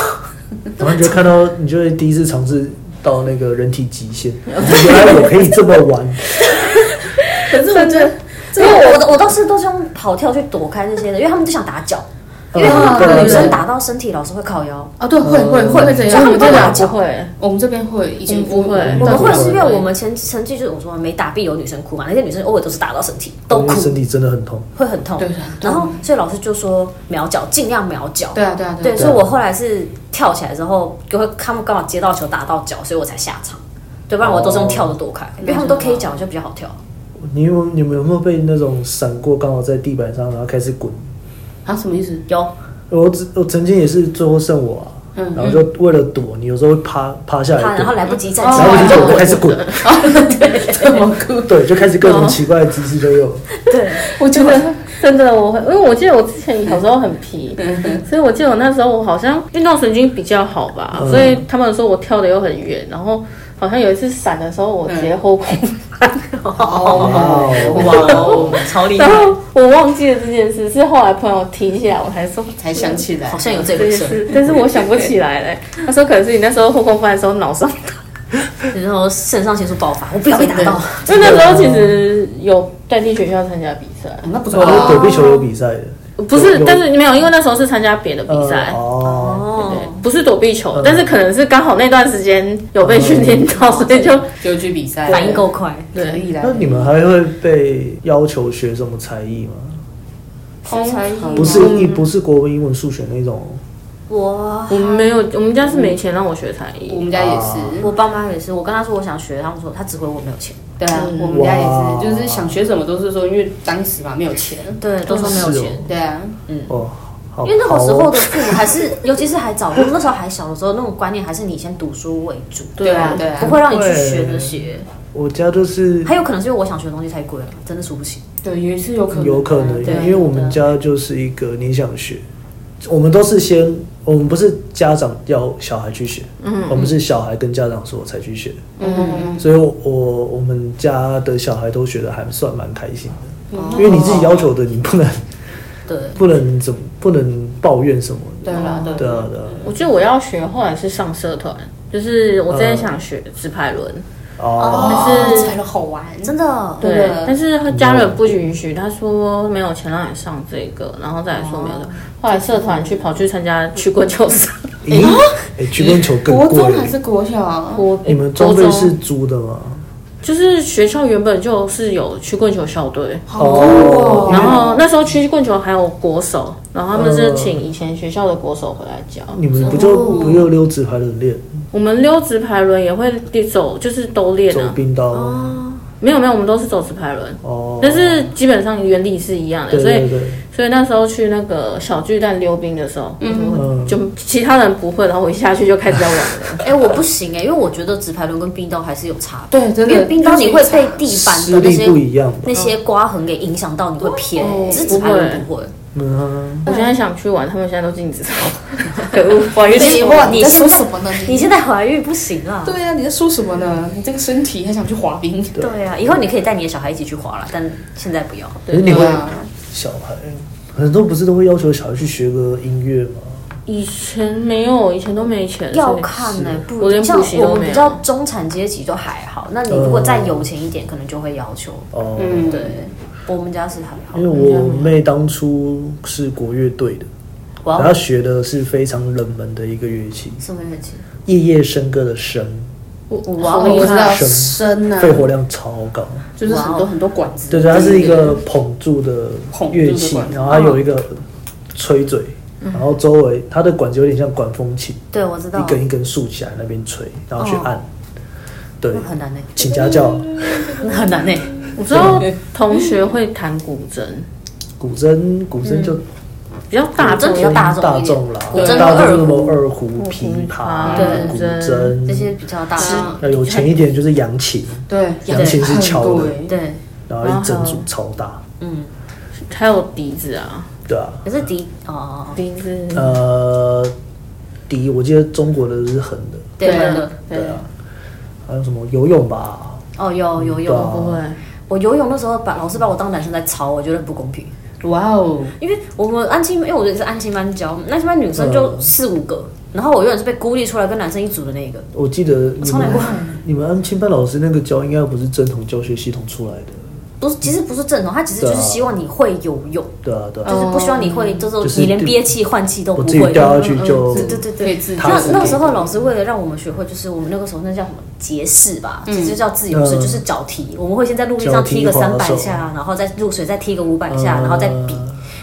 A: 然后你就看到，你就会第一次尝试到那个人体极限，原来我可以这么玩。
B: 可是我觉得
C: 因为我的我当时都是用跑跳去躲开那些的，因为他们就想打脚，因为他们
A: 对
C: 那
A: 对
C: 个哦
A: 对
C: 啊女生打到身体，老师会靠腰。
B: 啊，对，会会会会这
C: 所以
B: 样，啊
C: 他们
B: 我
C: 都
B: 这
C: 打
B: 边
C: 架
D: 不会，
B: 我们这边会，以前
D: 我们不
A: 我们
C: 我
D: 会
C: 们
A: 会
C: 嗯会是因为我们前前期就是我说没打必有女生哭嘛，那些女生偶尔都是打到身体，都
A: 因为
C: 哭
A: 身体真的很痛。
C: 会很痛
B: 对对。对
C: 然后所以老师就说秒脚，尽量秒脚。
B: 对啊对啊
C: 对，
B: 对啊，
C: 所以我后来是跳起来之后，就会他们刚好接到球打到脚，所以我才下场。对，不然我都是用跳的躲开，因为他们都 K 脚哦就比较好跳。
A: 你有你们有没有被那种闪过，刚好在地板上，然后开始滚？
B: 啊什么意 思？
C: 有，
A: 我只我曾经也是最后剩我啊，
B: 嗯
A: 然后就为了躲，你有时候会趴趴下
C: 他
A: 来
C: 然
A: 躲
C: 后，来不及站
B: 哦
C: 起
A: 然后
C: 来
A: 你就
C: 就
A: 我就开
C: 滚。
A: 始滚，
B: 这么酷，
A: 对，就开始各种奇怪的姿势都有。
C: 对，
D: 我觉得真的我会，因为我记得我之前小时候很皮，所以我记得我那时候我好像运动神经比较好吧，
A: 嗯
D: 所以他们说我跳的又很远，然后好像有一次闪的时候我直
A: 嗯
D: 接后空翻，
B: 哦
A: 哇
B: 哦，
C: 超厉
D: 然后我忘记了这件事，是后来朋友提起来我才说
B: 才想起来，
C: 好像有这
D: 这
C: 回
D: 件
C: 事。
D: 事，但是我想不起来嘞。他说可能是你那时候后空翻的时候脑上，
C: 然后肾上腺素爆发，我不要被打到。
D: 因为那时候其实有在地学校参加比赛，
B: 啊那不错
A: 我哦
B: 啊，
A: 躲避球有比赛的，
D: 不是
A: 有，
D: 但是没有，因为那时候是参加别的比赛。
A: 呃哦，
C: 哦，
D: 对不是躲避球，但是可能是刚好那段时间有被训练到，所以就
B: 就去比赛，
C: 反应够快。
B: 可以啦。
A: 那你们还会被要求学什么才艺吗？
C: 才艺
B: 啊
A: 不是一不是国文、英文、数学那种，
C: 我
D: 我们没有，我们家是没钱让我学才
B: 我
D: 艺，
B: 们家也是，
A: 啊
C: 我爸妈也是，我跟他说我想学，他们说他只回我没有钱。
B: 对啊，我们家也是，就是想学什么都是说，因为当时嘛没有钱，
C: 对，都说没有
A: 是哦
C: 钱。
B: 对啊，
A: 哦，好
C: 嗯因为那个时
A: 好
C: 候
A: 哦
C: 的父母还是，尤其是还早，那时候还小的时候，那种观念还是你先读书为主，
B: 对啊对啊
C: 不会让你去学这些。
A: 我家就是
C: 还有可能是因为我想学的东西太贵了，真的出不起。
B: 对，也是有可能，
A: 有可能，
B: 对
A: 因为我们家就是一个你想学，我们都是先，我们不是家长要小孩去学，
C: 嗯
A: 我们是小孩跟家长说才去学，
B: 嗯，
A: 所以我我我们家的小孩都学的还算蛮开心的，
B: 嗯
A: 因为你自己要求的，你不能
C: 对，
A: 不能怎么不能抱怨什么的，
B: 对啦对
A: 对啊对啊，
D: 我觉得我要学，后来是上社团，就是我之前想学直排轮，
A: 哦，
D: 但是
B: 才能好玩，
C: 真的。
B: 对
D: 对，但是他家人不允许，他说没
A: 哦
D: 有钱让你上这个，然后再来说没有的，后来社团去跑去参加曲棍球赛，
A: 咦，哎，去边球更
B: 国
A: 贵
B: 中。还是国小啊？
D: 我
A: 你们
D: 国
A: 装备
D: 中
A: 是租的吗？
D: 就是学校原本就是有曲棍球校队，
B: 好酷哦！
D: 然后那时候曲棍球还有国手，然后他们是请以前学校的国手回来教。
A: 你们不就不就溜直排轮练，
D: 我们溜直排轮也会走，就是都练
A: 走
D: 啊。
A: 冰刀？
D: 没有没有，我们都是走直排轮，
A: 哦，
D: 但是基本上原理是一样的。
A: 对
D: 所
A: 对
D: 以
A: 对，
D: 所以那时候去那个小巨蛋溜冰的时候，
A: 嗯，
D: 就其他人不会，然后我一下去就开始在玩了。
C: 哎、我不行哎、因为我觉得直排轮跟冰刀还是有差别，
B: 对，真
C: 因为
B: 的，
C: 冰刀你会被地板
A: 实
C: 的那
A: 力不
C: 些
A: 一样吧？
C: 那些刮痕给影响到，你会偏，
B: 哦
C: 只是直排轮不会。
A: 嗯啊。
D: 我现在想去玩，他们现在都禁止我，可恶，怀孕
C: 你
B: 你
C: 哇
B: 哇，
C: 你
B: 你
C: 在
B: 在
C: 说
B: 说
C: 什
B: 什么呢？
C: 你现在怀孕不行啊。
B: 对啊，你在说什么呢？你这个身体还想去滑冰？
C: 对啊，以后你可以带你的小孩一起去滑了，但现在不要。
A: 可是哎你会
B: 对啊
A: 小孩，很多不是都会要求小孩去学个音乐吗？
D: 以前没有，以前都没钱，
C: 要
D: 所以
C: 看呢、不
D: 我连
C: 像
D: 补习
C: 我
D: 都
C: 们
D: 没
C: 比
D: 有
C: 较。中产阶级就还好，那你如果再有钱一点，可能就会要求。
A: 哦，
B: 嗯，
C: 对，我们家是还好
A: 因为，我妹当初是国乐队的，
C: 我
A: 然后
C: 要
A: 学的是非常冷门的一个乐器
C: 什么乐器？
A: ——夜夜笙歌的笙，
C: 哇
B: 哦我知道
A: 生
B: 生
C: 嗯
B: 啊，
A: 肺活量超高。
B: 就是很多很多管子。
A: 对对，它是一个
C: 嗯
A: 捧住的
B: 捧住的
A: 乐器
B: 管，
A: 然后它有一个吹嘴，然后周围它的管子有点像管风琴，
C: 对，嗯我知道哦
A: 一，根一根竖起来那边吹，然后去按。对
C: 那，很难呢、
A: 请家教，
C: 那很难呢、
D: 我知道同学会弹古筝，
A: 古筝古筝就
D: 比较大众
C: 古筝比较嗯大众
A: 大众啦，
C: 古筝
A: 大众就是
C: 二
A: 什
C: 胡
A: 么二胡、琵琶、
C: 对
A: 古
D: 筝
C: 这
A: 筝，
C: 些比较大。
B: 啊
A: 那有钱一点就是扬琴，
B: 对，
A: 扬琴是敲的，
B: 很贵
C: 对，
A: 然后一整组超大，
C: 嗯，
D: 还有笛子啊，
A: 对啊，
C: 可是笛哦哦，哦
D: 笛子
A: 呃，笛我记得中国的是横的，
C: 对
B: 对啊
C: 对对，
A: 对啊，还有什么游泳吧，
C: 哦有有
A: 对啊
C: 有，
D: 不会，
C: 我游泳那时候把老师把我当男生在操，我觉得很不公平。
B: 哇哦，
C: 因为我们安亲，因为我也是安亲班教，安亲班女
A: 嗯
C: 生就四五个，然后我永远是被孤立出来跟男生一组的那一个，
A: 我记得
C: 我
A: 你
C: 超难
A: 们
C: 过。
A: 你们安亲班老师那个教应该不是正统教学系统出来的，
C: 不是，其实不是正统，他其实就是希望你会游泳，
A: 嗯对啊对啊，
C: 就是不希望你会，就是
A: 就是
C: 你连憋气换气都不
A: 我自己
C: 会。
A: 掉下去
B: 嗯嗯
A: 就
C: 对对对
B: 可以
C: 对
B: 自，己
C: 那
A: 自己
C: 那时候老师为了让我们学会，就是我们那个时候那叫什么蝶式吧，其实叫自由式，
A: 嗯
C: 就是脚踢，我们会先在陆地上踢个
A: 脚踢滑
C: 三百
A: 手
C: 下，然后再入水再踢个五百
A: 呃
C: 下，然后再比。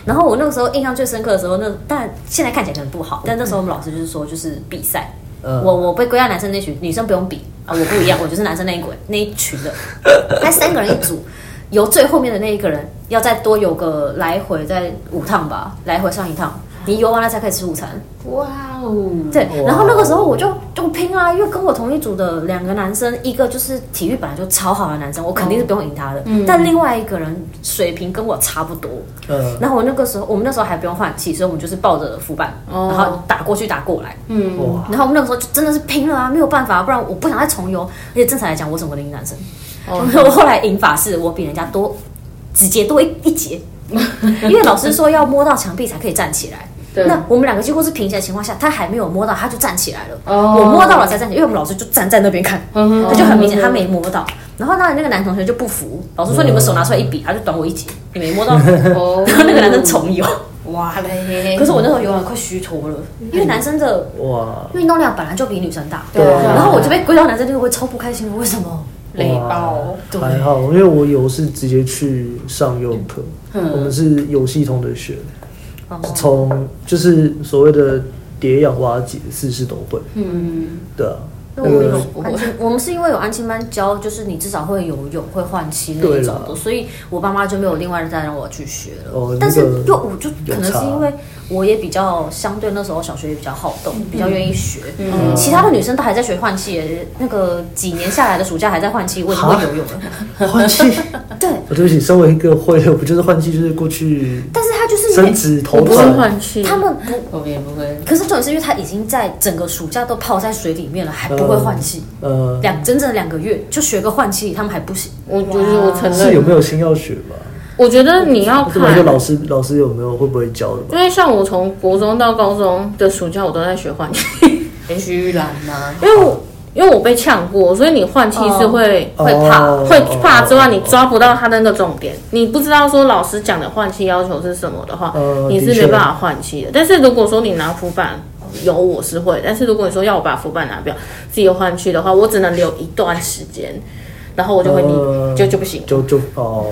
C: 然后我那个时候印象最深刻的时候，那但现在看起来可能不好，但那时候我们老师就是说，就是比赛，
A: 嗯
C: 我我被归在男生那群，女生不用比啊，我不一样，我就是男生那一轨那一群 的，那三个人一组，由最后面的那一个人要再多游个来回再五趟吧，来回上一趟，你游完了才可以吃午餐。
B: 哇哦，
C: 对
A: 哇，
C: 然后那个时候我就就拼啊，因为跟我同一组的两个男生，一个就是体育本来就超好的男生，我肯定是不用赢他的，
A: 嗯
C: 但另外一个人水平跟我差不多，
A: 呃，
C: 然后我那个时候，我们那时候还不用换气，所以我们就是抱着浮板，
D: 哦
C: 然后打过去打过来。
B: 嗯，
A: 哇，
C: 然后我们那个时候就真的是拼了啊，没有办法，不然我不想再重游。而且正常来讲，我怎么能赢男生？
D: 哦
C: 我后来赢法是我比人家多，直接多一一节，因为老师说要摸到墙壁才可以站起来。
D: 对
C: 那我们两个几乎是平行的情况下，他还没有摸到，他就站起来了。
B: 哦
C: 我摸到了才站起来，因为我们老师就站在那边看，
B: 嗯
D: 哦
C: 他就很明显他没摸到。然后那那个男同学就不服，老师说你们手拿出来一比，他就短我一截，你没摸到。
B: 哦
C: 然后 那个男生重游。
B: 哇
D: 哎
B: 嘞，
C: 可是我那时候游完快虚脱了，因为男生的
A: 哇，
C: 运动量本来就比女生大，
B: 对啊
C: 然后我就被归到男生那个，我会超不开心的。为什么？
B: 雷暴，
C: 对
A: 还好，因为我游是直接去上游泳课，
C: 嗯
A: 我们是有系统的学，
C: 哦，
A: 从就是所谓的蝶氧蛙解四式都会，
B: 嗯，
A: 对啊，
C: 那
A: 那
C: 我有
A: 个
C: 安亲，我们是因为有安亲班教，就是你至少会游泳、会换气那一
A: 对
C: 种
A: 啦
C: 的，所以我爸妈就没有另外再让我去学了。
A: 哦
C: 但是
A: 那个
C: 又 我就可能
A: 有
C: 是
A: 差
C: 因为我也比较相对那时候小学也比较好动，比较愿意学。
B: 嗯
C: 其他的女生都还在学换气耶，那个几年下来的暑假还在换气，我已经会游泳了。
A: 换气，
C: 对，
A: 我哦对不起，身为一个会 的，我就是换气，就是过去
C: 但是他就是
A: 伸
C: 没，
A: 直
D: 我
A: 头
D: 不是
A: 转，
D: 换气，
C: 他们不
B: 我也不会，
C: 可是重点是因为他已经在整个暑假都泡在水里面了，还不会换气，
A: 呃，
C: 两整整两个月就学个换气，他们还不行。
D: 我就是我承
A: 是有
D: 认，
A: 没有心要学吧？
D: 我觉得你要
A: 这本就
D: 看，
A: 老师老师有没有会不会教的吧？
D: 因为像我从国中到高中的暑假，我都在学换气，
B: 居然呐，
D: 因为我因为我被呛过，所以你换气是会、
A: 哦
D: 会怕、
A: 哦
D: 会怕之外，你
A: 哦
D: 抓不到它的那个重点，你不知道说老师讲的换气要求是什么的话，
A: 呃
D: 你是
A: 的确
D: 没办法换气的。但是如果说你拿浮板有我是会，但是如果你说要我把浮板拿掉，自由换去的话，我只能留一段时间，然后我就会腻，
A: 呃
D: 就就不行，
A: 就就哦，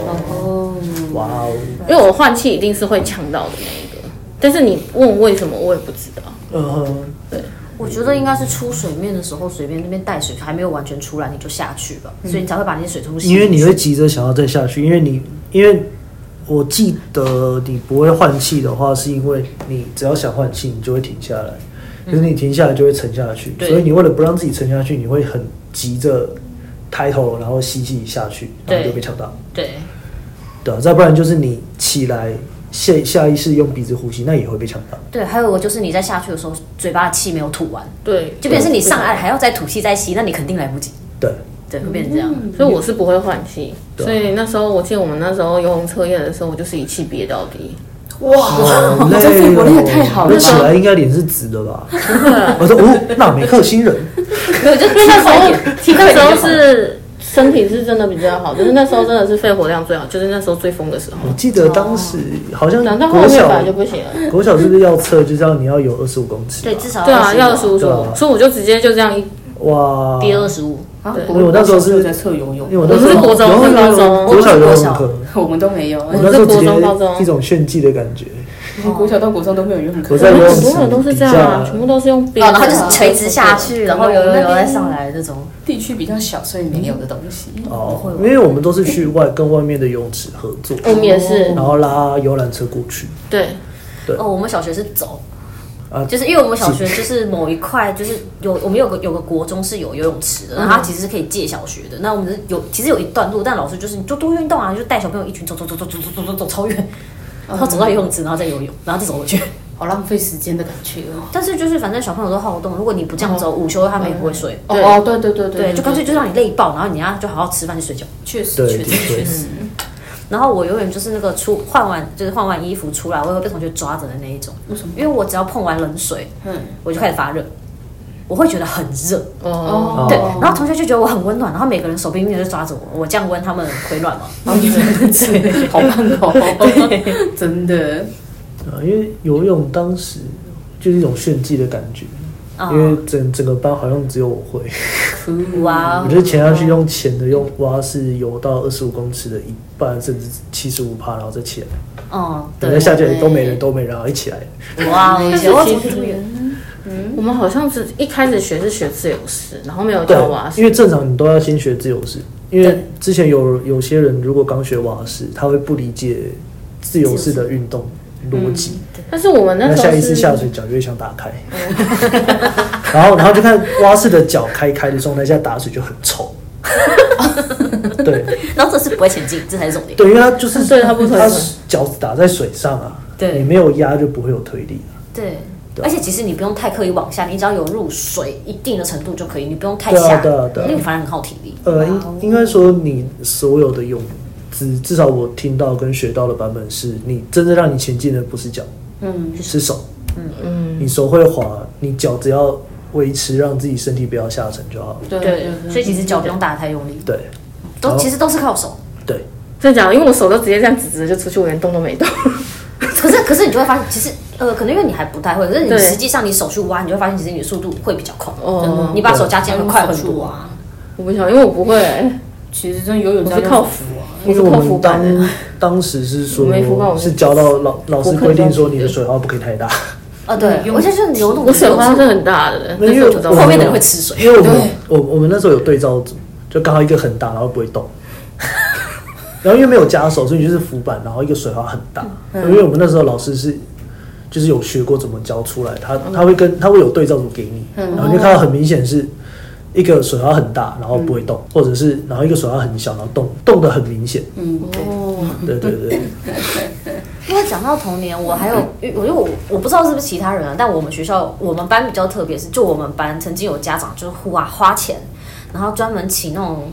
A: 哇哦，
D: 因为我换气一定是会呛到的那一个。但是你问为什么，我也不知道。
A: 呃，
C: 我觉得应该是出水面的时候，随便那边带水还没有完全出来，你就下去吧，所以你才会把那些水全部吸进
A: 因
C: 去。
A: 为你会急着想要再下去，因为你因为我记得你不会换气的话，是因为你只要想换气，你就会停下来，就是你停下来就会沉下去，
C: 对
A: 所以你为了不让自己沉下去，你会很急着抬头，然后吸气下去，然后
C: 对
A: 就被呛到，
C: 对
A: 对啊，再不然就是你起来下下意识用鼻子呼吸，那也会被呛到。
C: 对，还有个就是你在下去的时候，嘴巴的气没有吐完，
D: 对，
C: 就变成是你上岸还要再吐气再吸，那你肯定来不及。
A: 对，
C: 对，会变成这样。
D: 所以我是不会换气。所以那时候我记得我们那时候游泳测验的时候，我就是一气憋到底。
A: 好
B: 这
A: 累
B: 肺活
A: 哦！
B: 量也太好了
A: 那起来应该脸是直的吧？我说哦，那美克星人，
D: 没有，就是那时候，那时候是身体是真的比较好，就是那时候真的是肺活量最好，就是那时候最疯的时候。
A: 我记得当时好像
D: 长到后
A: 国
D: 面本来
A: 小
D: 就不行了。
A: 国小是不是要测就知道你要有二十五公尺？
C: 对，至少
D: 对啊，要
C: 25
D: 输
A: 对啊
D: 所以我就直接就这样一，
A: 哇！
C: 憋二十五。
B: 啊
D: 对
B: 国
A: 因为我那时候是
B: 国小就在测游泳
A: 因为，我那时
D: 我们
A: 候
D: 是国中
A: 有有有
D: 是高中
A: 国小游
C: 我们是
A: 泳课，
B: 我们都没有。哎
A: 我那时候直
D: 我们是国中高中
A: 接一种炫技的感觉。
B: 国小到国中都没有游泳课
A: 我，在游泳
D: 很多人都
A: 池
D: 是
A: 底
D: 这样啊，
A: 下，
D: 全部都是用憋
C: 哦，
D: 的。
C: 然后就是垂直下去，然后游游游再上来那种。
B: 地区比较小，所以没有的东西。
A: 哦，因为我们都是去外跟外面的游泳池合作，
D: 我们也是
A: 然，后拉游览车过去。
D: 对，
A: 对
C: 哦，我们小学是走
A: 啊。
C: 就是因为我们小学就是某一块就是有我们有个有个国中是有游泳池的，然后它其实是可以借小学的。那我们是有其实有一段路，但老师就是你就多运动啊，你就带小朋友一群走走走走走走走走走超远，然后走到游泳池，然后再游泳，然后再走回去。
B: 好浪费时间的感觉哦。
C: 但是就是反正小朋友都好动，如果你不这样走，午休他们也不会睡。
D: 对
B: 哦，哦对对对
C: 对，就干脆就让你累爆，然后你让他就好好吃饭去睡觉。
B: 确实
A: 对
B: 确
A: 对
B: 实确
A: 对
B: 实，
C: 然后我永远就是那个出换完就是换完衣服出来，我也会被同学抓着的那一种。为什么？因为我只要碰完冷水，
B: 嗯，
C: 我就开始发热，我会觉得很热。
D: 哦，
A: 哦
C: 对，然后同学就觉得我很温暖，然后每个人手冰冰的就抓着我，我降温，他们回暖嘛。
B: 对，好棒哦，真的。
A: 啊，因为游泳当时就是一种炫技的感觉，
C: 啊、
A: 因为整整个班好像只有我会。
C: 哇哦
A: 我，觉得潜下去用潜的用蛙是游到二十五公尺的一半，甚至七十五趴，然后再起来。
C: 哦，
A: 等
C: 对
A: 再，下去都没人，都没人，然后一起来。
C: 哇， 我以前我怎么可
D: 其
C: 以
D: 实
C: 这么远？
D: 我们好像是一开始学是学自由式，然后没有
A: 对
D: 教蛙，式。
A: 因为正常你都要先学自由式，因为
D: 对
A: 之前有有些人如果刚学蛙式，他会不理解自由式的运动逻辑，
D: 但是我们那
A: 那
D: 时候
A: 下意识
D: 是
A: 下水脚就会想打开， 然后然后就看蛙式的脚开开的状态下打水就很 臭。对
C: 然后这是不会前进，这才是重点。
A: 对，因为它就是
D: 啊对它不推
A: 它
D: 嘛
A: 脚打在水上啊，
C: 对
A: 你没有压就不会有推力啊。
C: 对。而且其实你不用太刻意往下，你只要有入水一定的程度就可以，你不用太
A: 对啊
C: 下，
A: 对啊对啊
C: 因为反而很耗体力。
A: 呃，
D: 哦
A: 应应该说你所有的泳姿，至少我听到跟学到的版本是，你真正让你前进的不是脚，
B: 嗯，
A: 是手。嗯嗯，你手会滑，你脚只要维持让自己身体不要下沉就好了。
B: 对
D: 对
C: 所以其实脚不用打得太用力，
A: 对
C: 都
A: 好
C: 其实都是靠手。
A: 对，
D: 真的假的？因为我手都直接这样直直的就出去，我连动都没动。
C: 可是可是你就会发现，其实呃，可能因为你还不太会，可是你
D: 对
C: 实际上你手去挖，你就会发现其实你的速度会比较快。
D: 哦
C: 你把手加进来会快很多啊。
D: 我不晓得，因为我不会，
B: 其实真游泳
D: 我
B: 这
D: 是
B: 样靠
D: 靠浮啊，
A: 因为
D: 是
A: 我
D: 靠浮
A: 们
D: 板的
A: 当。当时是
D: 我没浮过我
A: 说，
D: 没
A: 是教到老老师
D: 我可
A: 规
D: 能
A: 定
D: 不
A: 说
D: 会
A: 你的水花不可以太大，
C: 啊，对，我现在就是游泳，
D: 嗯我水花是很大的，
A: 那因为
D: 时候不知道
A: 我
C: 后
A: 们
C: 面的人会吃水。
A: 因为我们我我们那时候有对照组，就刚好一个很大，然后不会动。 然后因为没有夹手，所以你就是浮板，然后一个水花很大。因为我们那时候老师是就是有学过怎么教出来，他他会跟他会有对照组给你，然后你就看到很明显是一个水花很大，然后不会动，或者是然后一个水花很小，然后动动的很明显。
B: 嗯，
A: 对对对，
C: 因为讲到童年，我还有，我因为我我不知道是不是其他人啊，但我们学校我们班比较特别，是就我们班曾经有家长就是花花钱，然后专门请那种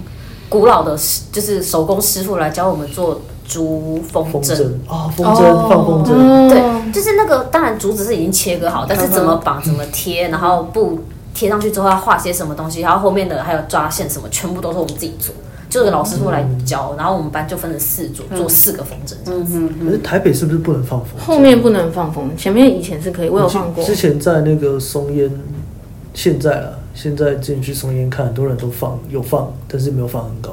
C: 古老的师就是手工师傅来教我们做珠哦风
A: 风筝
C: 筝。
A: 啊，风筝放风筝，
D: 哦
C: 对，就是那个，当然竹子是已经切割好，但是怎么绑、怎么贴，然后布贴上去之后要画些什么东西，然后后面的还有抓线什么，全部都是我们自己做。就有个老师会来教，然后我们班就分成四组，
D: 嗯
C: 做四个风筝这样子。
A: 可是台北是不是不能放风？
D: 后面不能放风，前面以前是可以，我有放过
A: 之。前在那个松烟，现在啊，现在进去松烟看，很多人都放有放，但是没有放很高。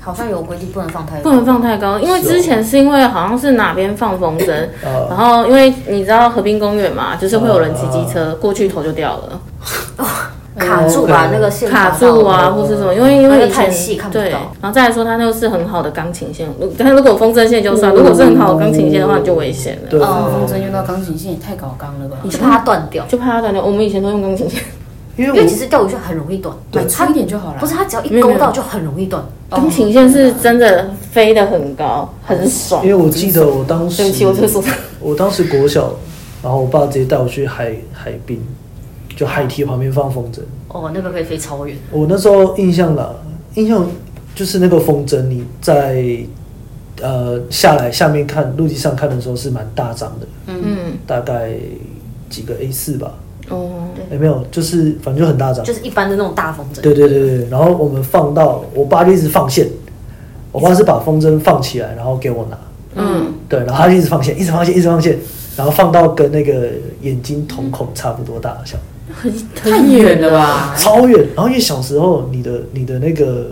C: 好像有规定不能放太
D: 不
C: 高，
D: 能放太高，因为之前是因为好像是哪边放风筝，
A: 呃
D: 然后因为你知道河滨公园嘛，就是会有人骑机车过去头就掉了，
C: 卡住吧
A: 嗯
C: 那个线
D: 卡
C: 上
D: 住啊或是什么，因为
C: 嗯
D: 因
C: 那
D: 为
C: 个
D: 以
C: 太
D: 前
C: 细看不到
D: 对，然后再来说它那个是很好的钢琴线，如但是如果风筝线就算，如果是很好的钢琴线的话，你就危险了。
A: 对，
B: 哦风筝用到钢琴线也太搞纲了吧？
C: 你就怕它断掉，
D: 就怕它断掉。我们以前都用钢琴线，
A: 因
D: 嗯
C: 因为
A: 为
C: 其实钓鱼线很容易断，
B: 买粗一点就好了。哦
C: 不是它只要
D: 没
C: 一
D: 有没
C: 勾
D: 有
C: 到就很容易断。
D: 钢琴线是真的飞得很高，很爽。
A: 我因为我记得我当时
D: 对不起，我就说
A: 我当时国小，然后我爸直接带我去海海滨，就海堤旁边放风筝。
C: 哦，那个可以飞超远，
A: 我那时候印象啦，印象就是那个风筝，你在呃下来下面看陆地上看的时候是蛮大张的，
D: 嗯
A: 大概几个 A 四吧，
D: 哦，
A: 哎、没有，就是反正就很大张
C: 就。是一般的那种大风筝。
A: 对对对对，然后我们放到我爸就一直放线，我爸是把风筝放起来，然后给我拿，
D: 嗯，
A: 对，然后他就一直放线，一直放线，一直放线，然后放到跟那个眼睛瞳孔差不多大小，
D: 很
B: 太
D: 很
B: 远了吧？
A: 超远。然后因为小时候你的你的那个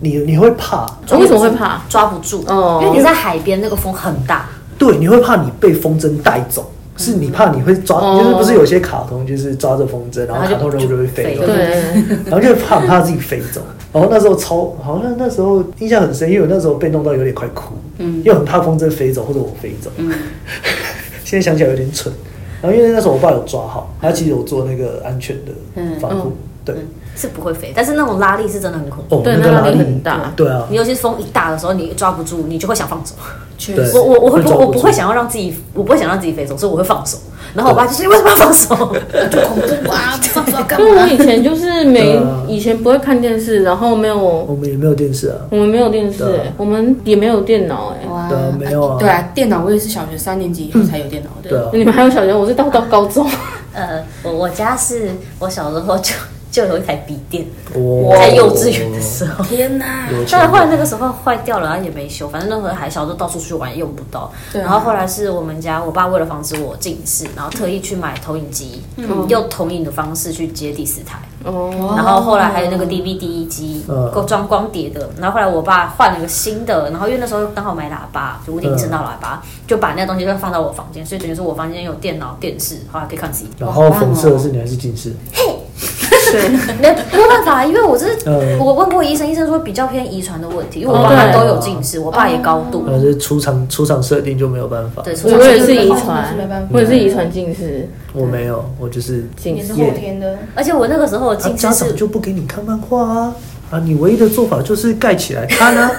A: 你你会怕，
D: 我为什么会怕？
C: 抓不住，
D: 哦
C: 因为你在海边，那个风很大，
A: 对，你会怕你被风筝带走，
C: 嗯
A: 是你怕你会抓，
D: 哦
A: 就是不是有些卡通就是抓着风筝，然后
C: 然后就
A: 卡通人物就会飞
C: 就
A: 走
C: 飞，
D: 对，
A: 然后就怕怕自己飞走。然后那时候超，好像那时候印象很深，因为我那时候被弄到有点快哭，嗯，因为我很怕风筝飞走或者我飞走，嗯， 现在想起来有点蠢。然后因为那时候我爸有抓好，他其实有做那个安全的
C: 嗯
A: 防护，对，
C: 是不会飞，但是那种拉力是真的很恐怖。
A: 哦，
D: 对
A: 个
D: 那
A: 拉
D: 拉力
A: 力
D: 很大
A: 对啊
C: 你，尤其是风一大的时候，你抓不住，你就会想 放手。
B: 确
A: 对
B: 实，
C: 我我我会
A: 会
C: 不
A: 抓不
C: 我
A: 住
C: 不会想要让自己，我不会想让自己飞走，所以我会放手。然后我爸就是你为什么要放 手？
B: 恐怖啊！不知道不知道干
D: 因为我
B: 嘛？
D: 以前就是没
A: 对啊，
D: 以前不会看电视，然后没有，
A: 我们也没有电视啊，
D: 我们没有电视、
A: 对啊
D: 欸我们也没有电脑、欸，哎，
B: 哇
A: 对啊没有啊
B: 对啊，电脑我也是小学三年级以后才有电脑的。
A: 对啊，
D: 你们还有小学，我是到到 高中，
C: 呃，我我家是我小时候就 就有一台笔电，
A: 我
C: 在幼稚园的时 候。
B: 天哪！
A: 有
C: 虽
A: 钱
C: 然后来
A: 人
C: 那个时候坏掉了，然后也没修，反正那时候还小，就到处去玩，也用不到。
A: 嗯
B: 对啊
C: 然后后来是我们家我爸为了防止我近视，然后特意去买投影机，嗯、用投影的方式去接第四台。
D: 哦，
C: 然后后来还有那个 DVD 机，
A: 嗯
C: 够装光碟的。然后后来我爸换了个新的，然后因为那时候刚好买喇叭，就无
A: 嗯
C: 敌声道喇叭，就把那东西就放到我房间，所以等于说我房间有电脑、电视，后来可以看 CD。
A: 然后粉色的是你还是近视？
C: 没没有办法，因为我这
A: 嗯
C: 我问过医生，医生说比较偏遗传的问题，因为我
D: 哦
C: 爸妈
D: 对
C: 都有近视，我爸也高度，
A: 那是出厂出厂设定就没有办法。
C: 对，所以
D: 我也是遗
B: 哦
D: 传
B: 是没办法，
D: 我也是遗传近视，
A: 我没有，我就是
D: 近视，
A: 也
B: 天的，
C: 而且我那个时候的
A: 啊
C: 近视
A: 家长
C: 是，
A: 就不给你看漫画啊啊！你唯一的做法就是盖起来看啊，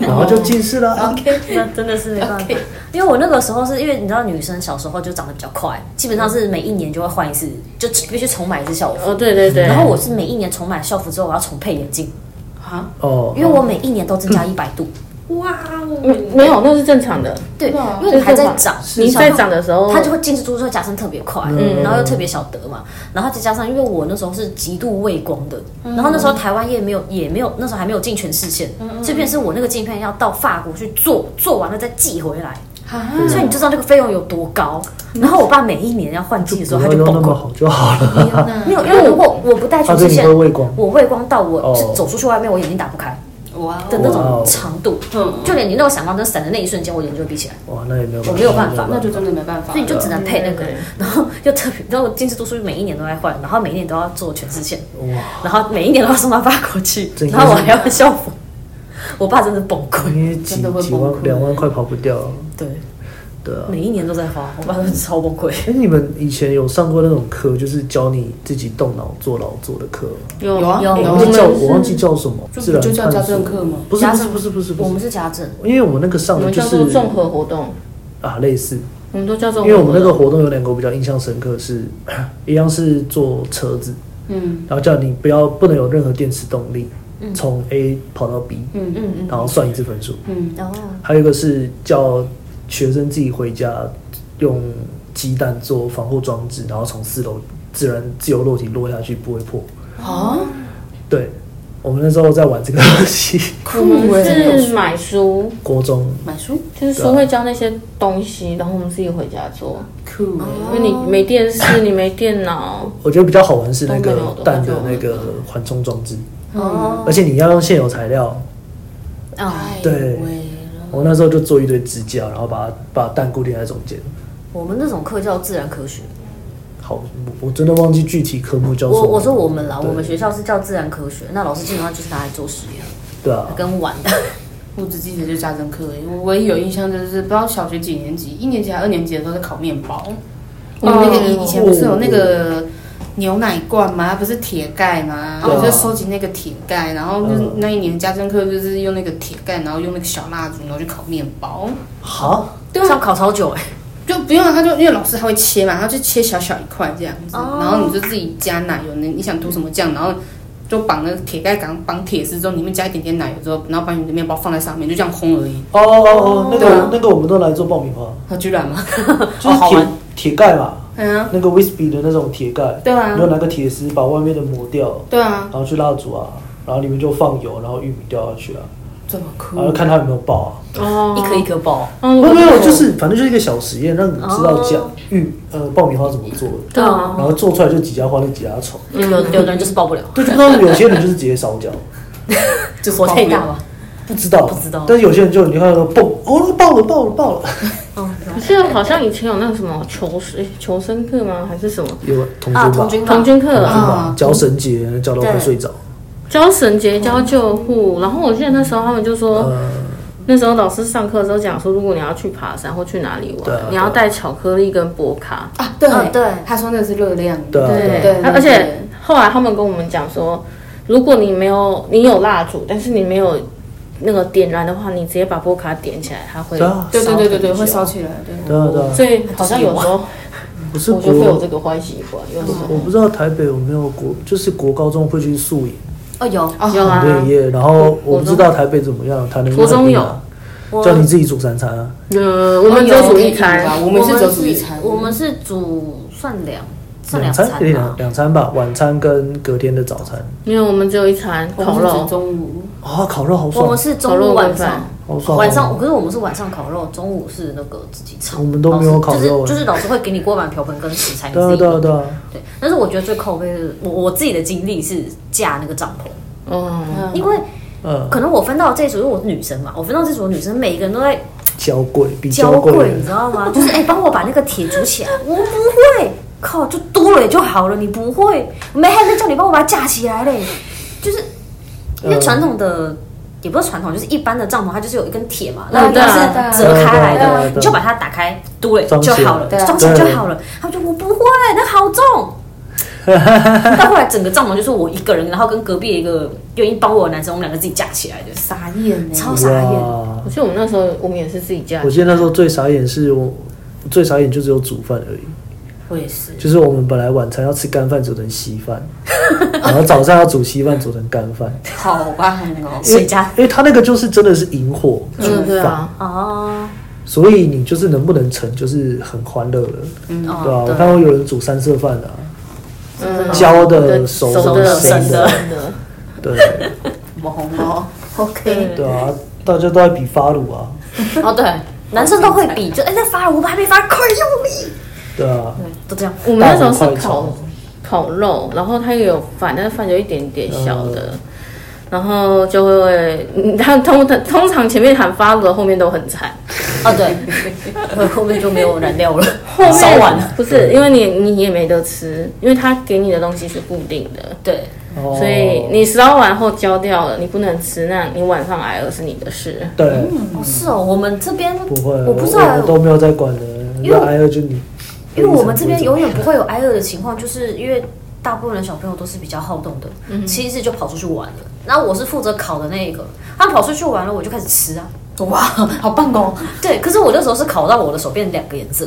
A: 然后就近视了啊。
C: 那真的是没办法，因为我那个时候是因为你知道女生小时候就长得比较快，基本上是每一年就会换一次，就必须重买一次校服。
D: 哦，对对对，
C: 然后我是每一年重买校服之后，我要重配眼镜，
B: 啊，
A: 哦
C: 因，为我每一年都增加一百度。
B: 哇
D: 没
B: 哦，
D: 没有，那是正常的，
C: 对，
B: 真的啊
C: 因为你还在长，
D: 你
C: 小时
D: 在
C: 候
D: 长的时候，
C: 它就会近视度就会加深特别快，
A: 嗯
C: 然后又特别小得嘛，然后再加上因为我那时候是极度畏光的，然后那时候台湾也没有也没有那时候还没有进全视线，这便是我那个镜片要到法国去做，做完了再寄回来，
A: 哦
B: 啊，
A: 嗯
C: 所以你就知道这个费用有多高。然后我爸每一年要换季的时候
A: 不要
C: 他就
A: 用那
C: 崩
A: 么
C: 溃，
A: 好就好了。
B: 天哪！
C: 没有，因啊为如果我不戴
A: 他
C: 全
A: 对
C: 视
A: 你
C: 线
A: 会，畏光，
C: 我畏光到我
A: 哦
C: 走出去外面我眼睛打不开
B: 哇哦
C: 的那
A: 哇哦
C: 种长度，
B: 嗯
C: 就连你那个闪光灯闪的那一瞬间，我眼睛就闭起来。
A: 哇，那也没有，
C: 我没有办法
B: 那就真的没办法了，
C: 所以你就只能配那个
D: 对对对，
C: 然后又特别，然后近视度数每一年都在换，然后每一年都要做全视线，
A: 哇，
C: 然后每一年都要送到法国 去
A: 这，应该
C: 然
A: 是
C: 后我还要校服，我爸真的崩溃，
A: 因为几
B: 真的会
A: 几
B: 崩
A: 万
B: 溃
A: 两万块跑不掉，啊
C: 对，
A: 对啊。
C: 每一年都在花，我爸真的超 崩溃。
A: 哎，你们以前有上过那种课，就是教你自己动脑做劳作的课吗？
D: 有
B: 有啊
C: 有
A: 我
B: 有
A: 忘记
B: 啊，
A: 叫我忘记叫什么，
B: 就
A: 自然
B: 就叫
A: 探
B: 家
A: 索
B: 政课吗
A: 不是
C: 家
A: 不是
C: 政
A: 不是不是
C: 我
A: 不
C: 们
A: 是，
C: 是家政，
A: 因为我们那个
D: 我
A: 上的
D: 们
A: 就
D: 叫
A: 是
D: 做综合活动，
A: 啊类似，
D: 我们都叫综
A: 因
D: 合活
A: 为我
D: 动，
A: 们那个活动有两个我比较印象深刻是， 一样是坐车子，
B: 嗯
A: 然后叫你不要不能有任何电池动力，
D: 嗯
A: 从 A 跑到 B，
B: 嗯嗯
C: 嗯
A: 然后算一次分数。
B: 嗯，
C: 然后
A: 还有一个是叫学生自己回家用鸡蛋做防护装置，然后从四楼自然自由落体落下去不会破。
B: 哦，
A: 对，我们那时候在玩这个东西，
B: 欸
D: 我们是买书，
A: 国中
B: 买书
D: 就是书会教那些东西，然后我们自己回家做。
B: 酷
D: 因为你没电视，你没电脑，
A: 我觉得比较好玩是那
D: 都没有
A: 个
D: 的
A: 蛋的那个缓冲装置，
C: 哦
A: 而且你要用现有材料。
C: 啊，
A: 对我那时候就做一堆支架，然后把它把蛋固定在中间。
C: 我们那种课叫自然科学。
A: 好，我我真的忘记具体科目叫什
C: 我
A: 么。
C: 我说我们啦，
A: 对
C: 我们学校是叫自然科学，那老师基本上就是拿来做实验
A: 对啊，
C: 跟玩的。
B: 我只记得就是家政课而已，我唯一有印象就是不知道小学几年级，一年级还是二年级的时候在烤面包。我们那
A: 哦
B: 个以以前不是有那个牛奶罐吗？它不是铁盖吗？
A: 对啊
B: 我就收集那个铁盖，然后就是
A: 嗯
B: 那一年家政课就是用那个铁盖，然后用那个小蜡烛，然后去烤面包。
A: 好，
B: 对啊
C: 上烤超久哎、
B: 就不用了，他就因为老师他会切嘛，他就切小小一块这样子，
C: 哦
B: 然后你就自己加奶油，你你想涂什么酱，然后就绑那个铁盖绑绑铁丝之后，里面加一点点奶油之后，然后把你的面包放在上面，就这样烘而已。
A: 哦哦哦，那
B: 对啊
A: 个那个我们都来做爆米花，
B: 好居然吗？
A: 就
B: 哦好
A: 是铁
B: 玩
A: 铁盖嘛，
B: 嗯啊，
A: 那个 Wispy 的那种铁盖，
B: 对
A: 然后
B: 啊，
A: 拿个铁丝把外面的磨掉，
B: 对啊
A: 然，后去蜡烛啊，然后里面就放油，然后玉米掉下去啊，
B: 这么酷
A: 然后看它有没有爆啊。
D: 哦
C: 一颗一颗爆。
D: 嗯
A: 没有没有，
D: 我
A: 就是反正就是一个小实验，让你知道酱
C: 哦
A: 玉呃爆米花怎么做的，
D: 对啊
B: 哦
A: 然后做出来就几家欢乐几家愁。
C: 有有的人就是爆不了，
A: 对，就不知道有些人就是直接 烧焦，
B: 就是
C: 火太大吧？
A: 不知道
C: 不知道
A: 但是有些人就你看到蹦，哦，那个爆了爆了爆了，
C: 嗯，
D: 我记得好像以前有那个什么求生求生课吗？还是什么
A: 有童
C: 啊，
A: 军
C: 童
A: 吧。
C: 军吧
D: 童军课啊？
A: 吧，教绳结，教到快睡着。
D: 教绳结、教救护。然后我记得那时候他们就说，
A: 呃，
D: 那时候老师上课的时候讲说，如果你要去爬山或去哪里
A: 对啊
D: 玩，你要带巧克力跟波卡。
B: 啊，对
C: 嗯对
B: 他说那个是热量，
A: 对啊
D: 对
B: 对
D: 而且后来他们跟我们讲说，如果你没有你有蜡烛，但是你没有那个点燃的话，你直接把波卡点起来，它会
A: 对。啊，
B: 对对对对对，
A: 烧
B: 会
A: 起
B: 烧起来，对。
A: 对啊对啊，
D: 所以好像有时候
A: 不是
D: 我就会有
A: 国，
D: 这个坏习惯，有时候
A: 我不知道台北有没有国，就是国高中会去宿营
C: 哦有，
B: 哦
D: 有啊，
A: 对夜，然后
D: 国
A: 我不知道台北怎么样，台南
D: 国中有
A: 有啊叫你自己煮三餐啊，
D: 呃，我们只有煮一
B: 有啊
D: 餐，
B: 我们是只有煮一餐，
C: 我们是煮算两算两餐啊
A: 餐两
C: 吧，
A: 两餐吧，晚餐跟隔天的早餐。
D: 没有，我们只有一餐
B: 我们
D: 烤
B: 是只
D: 肉，
B: 中午，
A: 啊，烤肉好
C: 我们
A: 爽，
C: 是
D: 烤
C: 中
D: 肉
C: 午晚
D: 跟饭
C: 上。
A: 好爽哦。
C: 晚上，可是我们是晚上烤肉，中午是那个自己炒。
A: 我们都没有烤肉
C: 老师就是就是老师会给你锅碗瓢盆跟食材，你
A: 对
C: 自
A: 啊
C: 己
A: 对啊
C: 弄。
A: 对啊，
C: 对，但是我觉得最扣分的是我我自己的经历是架那个帐篷，
D: 嗯，
B: 嗯
C: 因为
A: 嗯，
C: 可能我分到这一组，因为我是女生嘛，我分到这组的女生每一个人都在
A: 娇贵比
C: 娇
A: 娇贵
C: 贵，你知道吗？ 就是哎，帮、我把那个铁煮起来，我不会，靠，就多了也就好了，你不会，没还能叫你帮我把它架起来嘞，就是因为
A: 嗯
C: 传统的。也不是传统，就是一般的帐篷，它就是有一根铁嘛，
D: 嗯
C: 然后
D: 对
C: 它
D: 啊
C: 是折开
A: 对啊
C: 来
A: 对
C: 的
A: 啊，
C: 你就把它打开，嘟了
A: 装
C: 就
A: 起来
C: 好了
B: 对，啊
C: 装起来就好了。他们就我不会，那好重。 但后来整个帐篷就是我一个人，然后跟隔壁的一个愿意帮我的男生，我们两个自己架起来的。
B: 傻眼呢，
C: 超傻眼
A: 哇
D: 我记得我们那时候我们也是自己家
A: 我，记得那时候最傻眼是我，最傻眼就只有煮饭而已，
C: 我也是，
A: 就是我们本来晚餐要吃干饭，煮成稀饭，然后早上要煮稀饭，煮成干饭。
B: 好吧哦，
A: 因为
C: 谁家？
A: 因为他那个就是真的是引火煮
D: 嗯，对
A: 饭，
D: 啊，
C: 哦，
A: 所以你就是能不能成就是很欢乐了，
B: 嗯
A: 对啊吧？
C: 哦，
A: 我看过有人煮三色饭的啊，
D: 嗯，
A: 焦的、
D: 对
A: 熟
D: 熟
A: 的、
D: 的、
A: 生
D: 生
A: 的
D: 的，，
A: 对
B: 网红哦，OK，
A: 对啊，大家都在比发乳啊，
C: 哦，对，男生都会比，就哎，那发了五百，还没发，快用力！
A: 对啊，
C: 对，都这样。
D: 我们那时候
A: 大碗
D: 是
A: 快
D: 烤
A: 炒
D: 烤肉，然后它也有饭，但是饭就一点点小的，然后就会，嗯它通通通常前面喊发了，后面都很惨，
C: 哦，对，后面就没有燃料了，
D: 后面
C: 烧完了。
D: 不是因为你你也没得吃，因为它给你的东西是固定的，
C: 对，
A: 哦
D: 所以你烧完后焦掉了，你不能吃，那你晚上挨饿是你的事。
A: 对
C: 哦是哦，我们这边
A: 不会，
C: 我不知道
A: 我都没有在管的，
C: 因为
A: 那挨饿就你，
C: 因为我们这边永远不会有挨饿的情况，就是因为大部分的小朋友都是比较好动的，七日就跑出去玩了。然后我是负责烤的那一个，他们跑出去玩了，我就开始吃啊。
B: 哇，好棒哦，
C: 对，可是我那时候是烤到我的手变两个颜色，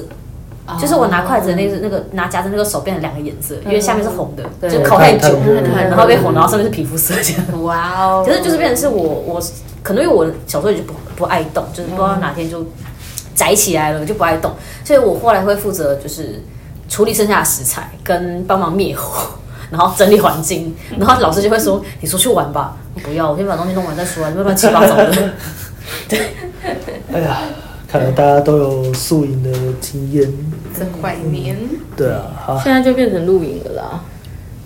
C: 就是我拿筷子的那个那个拿夹子那个手变了两个颜色，因为下面是红的，
B: 对
C: 就烤太久，
A: 对
B: 对
C: 然后变红，然后上面是皮肤色这样。
B: 哇哦，
C: 可是就是变成是我我可能因为我小时候也就不不爱动，就是不知道哪天就宅起来了，就不爱动，所以我后来会负责就是处理剩下的食材跟帮忙灭火。然后整理环境，然后老师就会说：“你出去玩吧。”不要，我先把东西弄完再说啊，你不要乱七八糟的。
A: 哎呀，看来大家都有宿营的经验。
B: 真怀念。
A: 对
B: 嗯
A: 啊，好，
D: 现在就变成露营了啦，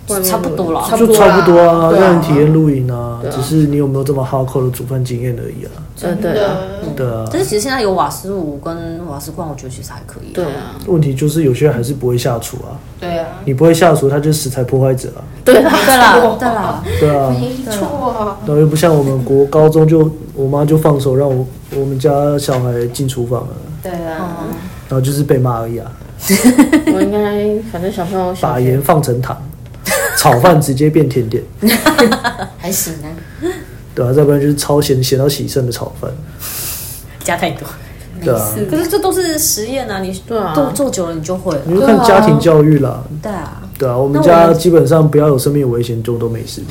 D: 外面
C: 差不多啦
D: 露营
B: 差
A: 就
B: 不多
A: 差不多啊，
B: 啦对啊
A: 让你体验露营啊，
D: 对啊
A: 只是你有没有这么 hardcore 的煮饭经验而已啊。
D: 呃，对啊，
B: 的，
A: 对啊，
C: 但是其实现在有瓦斯炉跟瓦斯罐，我觉得其实还可以。
D: 对，啊，
A: 问题就是有些人还是不会下厨啊，
B: 对啊，
A: 你不会下厨，他就是食材破坏者啊。
D: 对 啊，
C: 对啦，对啦，
B: 嗯
A: 对啊，
B: 没错，
A: 然后又不像我们国高中就我妈就放手让我我们家小孩进厨房了，
B: 对啊，
A: 然后就是被骂而已啊，
D: 我应该反正小朋友小
A: 把盐放成糖，炒饭直接变甜点，
C: 还行啊，
A: 对啊，再不然就是超咸咸到喜胜的炒饭，
C: 加太多。
A: 对啊，
C: 可是这都是实验啊，你
D: 对啊
C: 都做久了你就会了。
A: 你就看家庭教育啦，
C: 对啊，
A: 对啊，我们
C: 那我
A: 家
C: 们
A: 基本上不要有生命危险就都没事，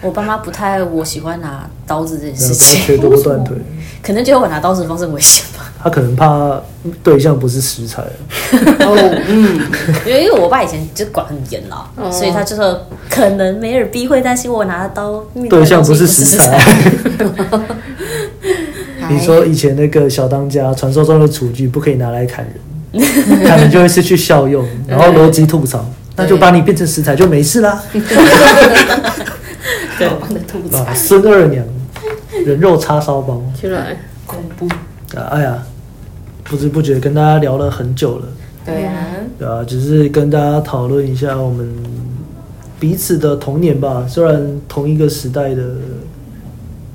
C: 我爸妈不太我喜欢拿刀子这件
A: 然
C: 事
A: 后不
C: 情，
A: 缺胳膊断腿，
C: 可能觉得我拿刀子的方式很危险 吧。
A: 他可能怕对象不是食材，啊
B: 哦，嗯，
C: 因为因为我爸以前就管很严啦，
D: 哦
C: 所以他就说可能梅尔 B 会担心我拿刀面
A: 对象
C: 的
A: 不
C: 东西
A: 是食
C: 不食
A: 材。
C: 材。
B: 哎
A: 你 说以前那个小当家传说中的厨具不可以拿来砍 人，砍人就会失去效用，然后逻辑吐槽，那就把你变成食材就没事 啦。
B: 对，我的吐槽
A: 啊，孙二娘，人肉叉烧包，
D: 起来，
B: 恐怖，
A: 啊，哎呀，不知不觉跟大家聊了很久了，
B: 对啊，
A: 对啊，只是跟大家讨论一下我们彼此的童年吧，虽然同一个时代的。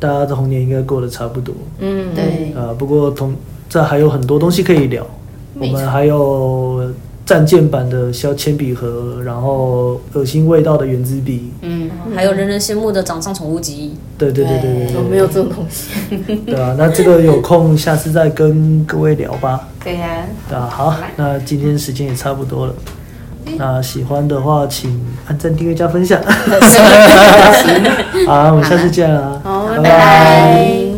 A: 大家的童年应该过得差不多，
D: 嗯，
B: 对，
A: 啊，不过同这还有很多东西可以聊，我
B: 没错
A: 们还有战舰版的削铅笔盒，然后恶心味道的原子笔，
B: 嗯，
C: 还有人人羡慕的掌上宠物机，
A: 对对对对
D: 我
A: 对
D: 没有这种东西，
A: 对，对啊，那这个有空下次再跟各位聊吧。
B: 对呀，
A: 对啊，好，那今天时间也差不多了。那喜欢的话，请按赞、订阅、加分享。好，我们下次见啦，啊
D: 好，
A: 拜
D: 拜拜。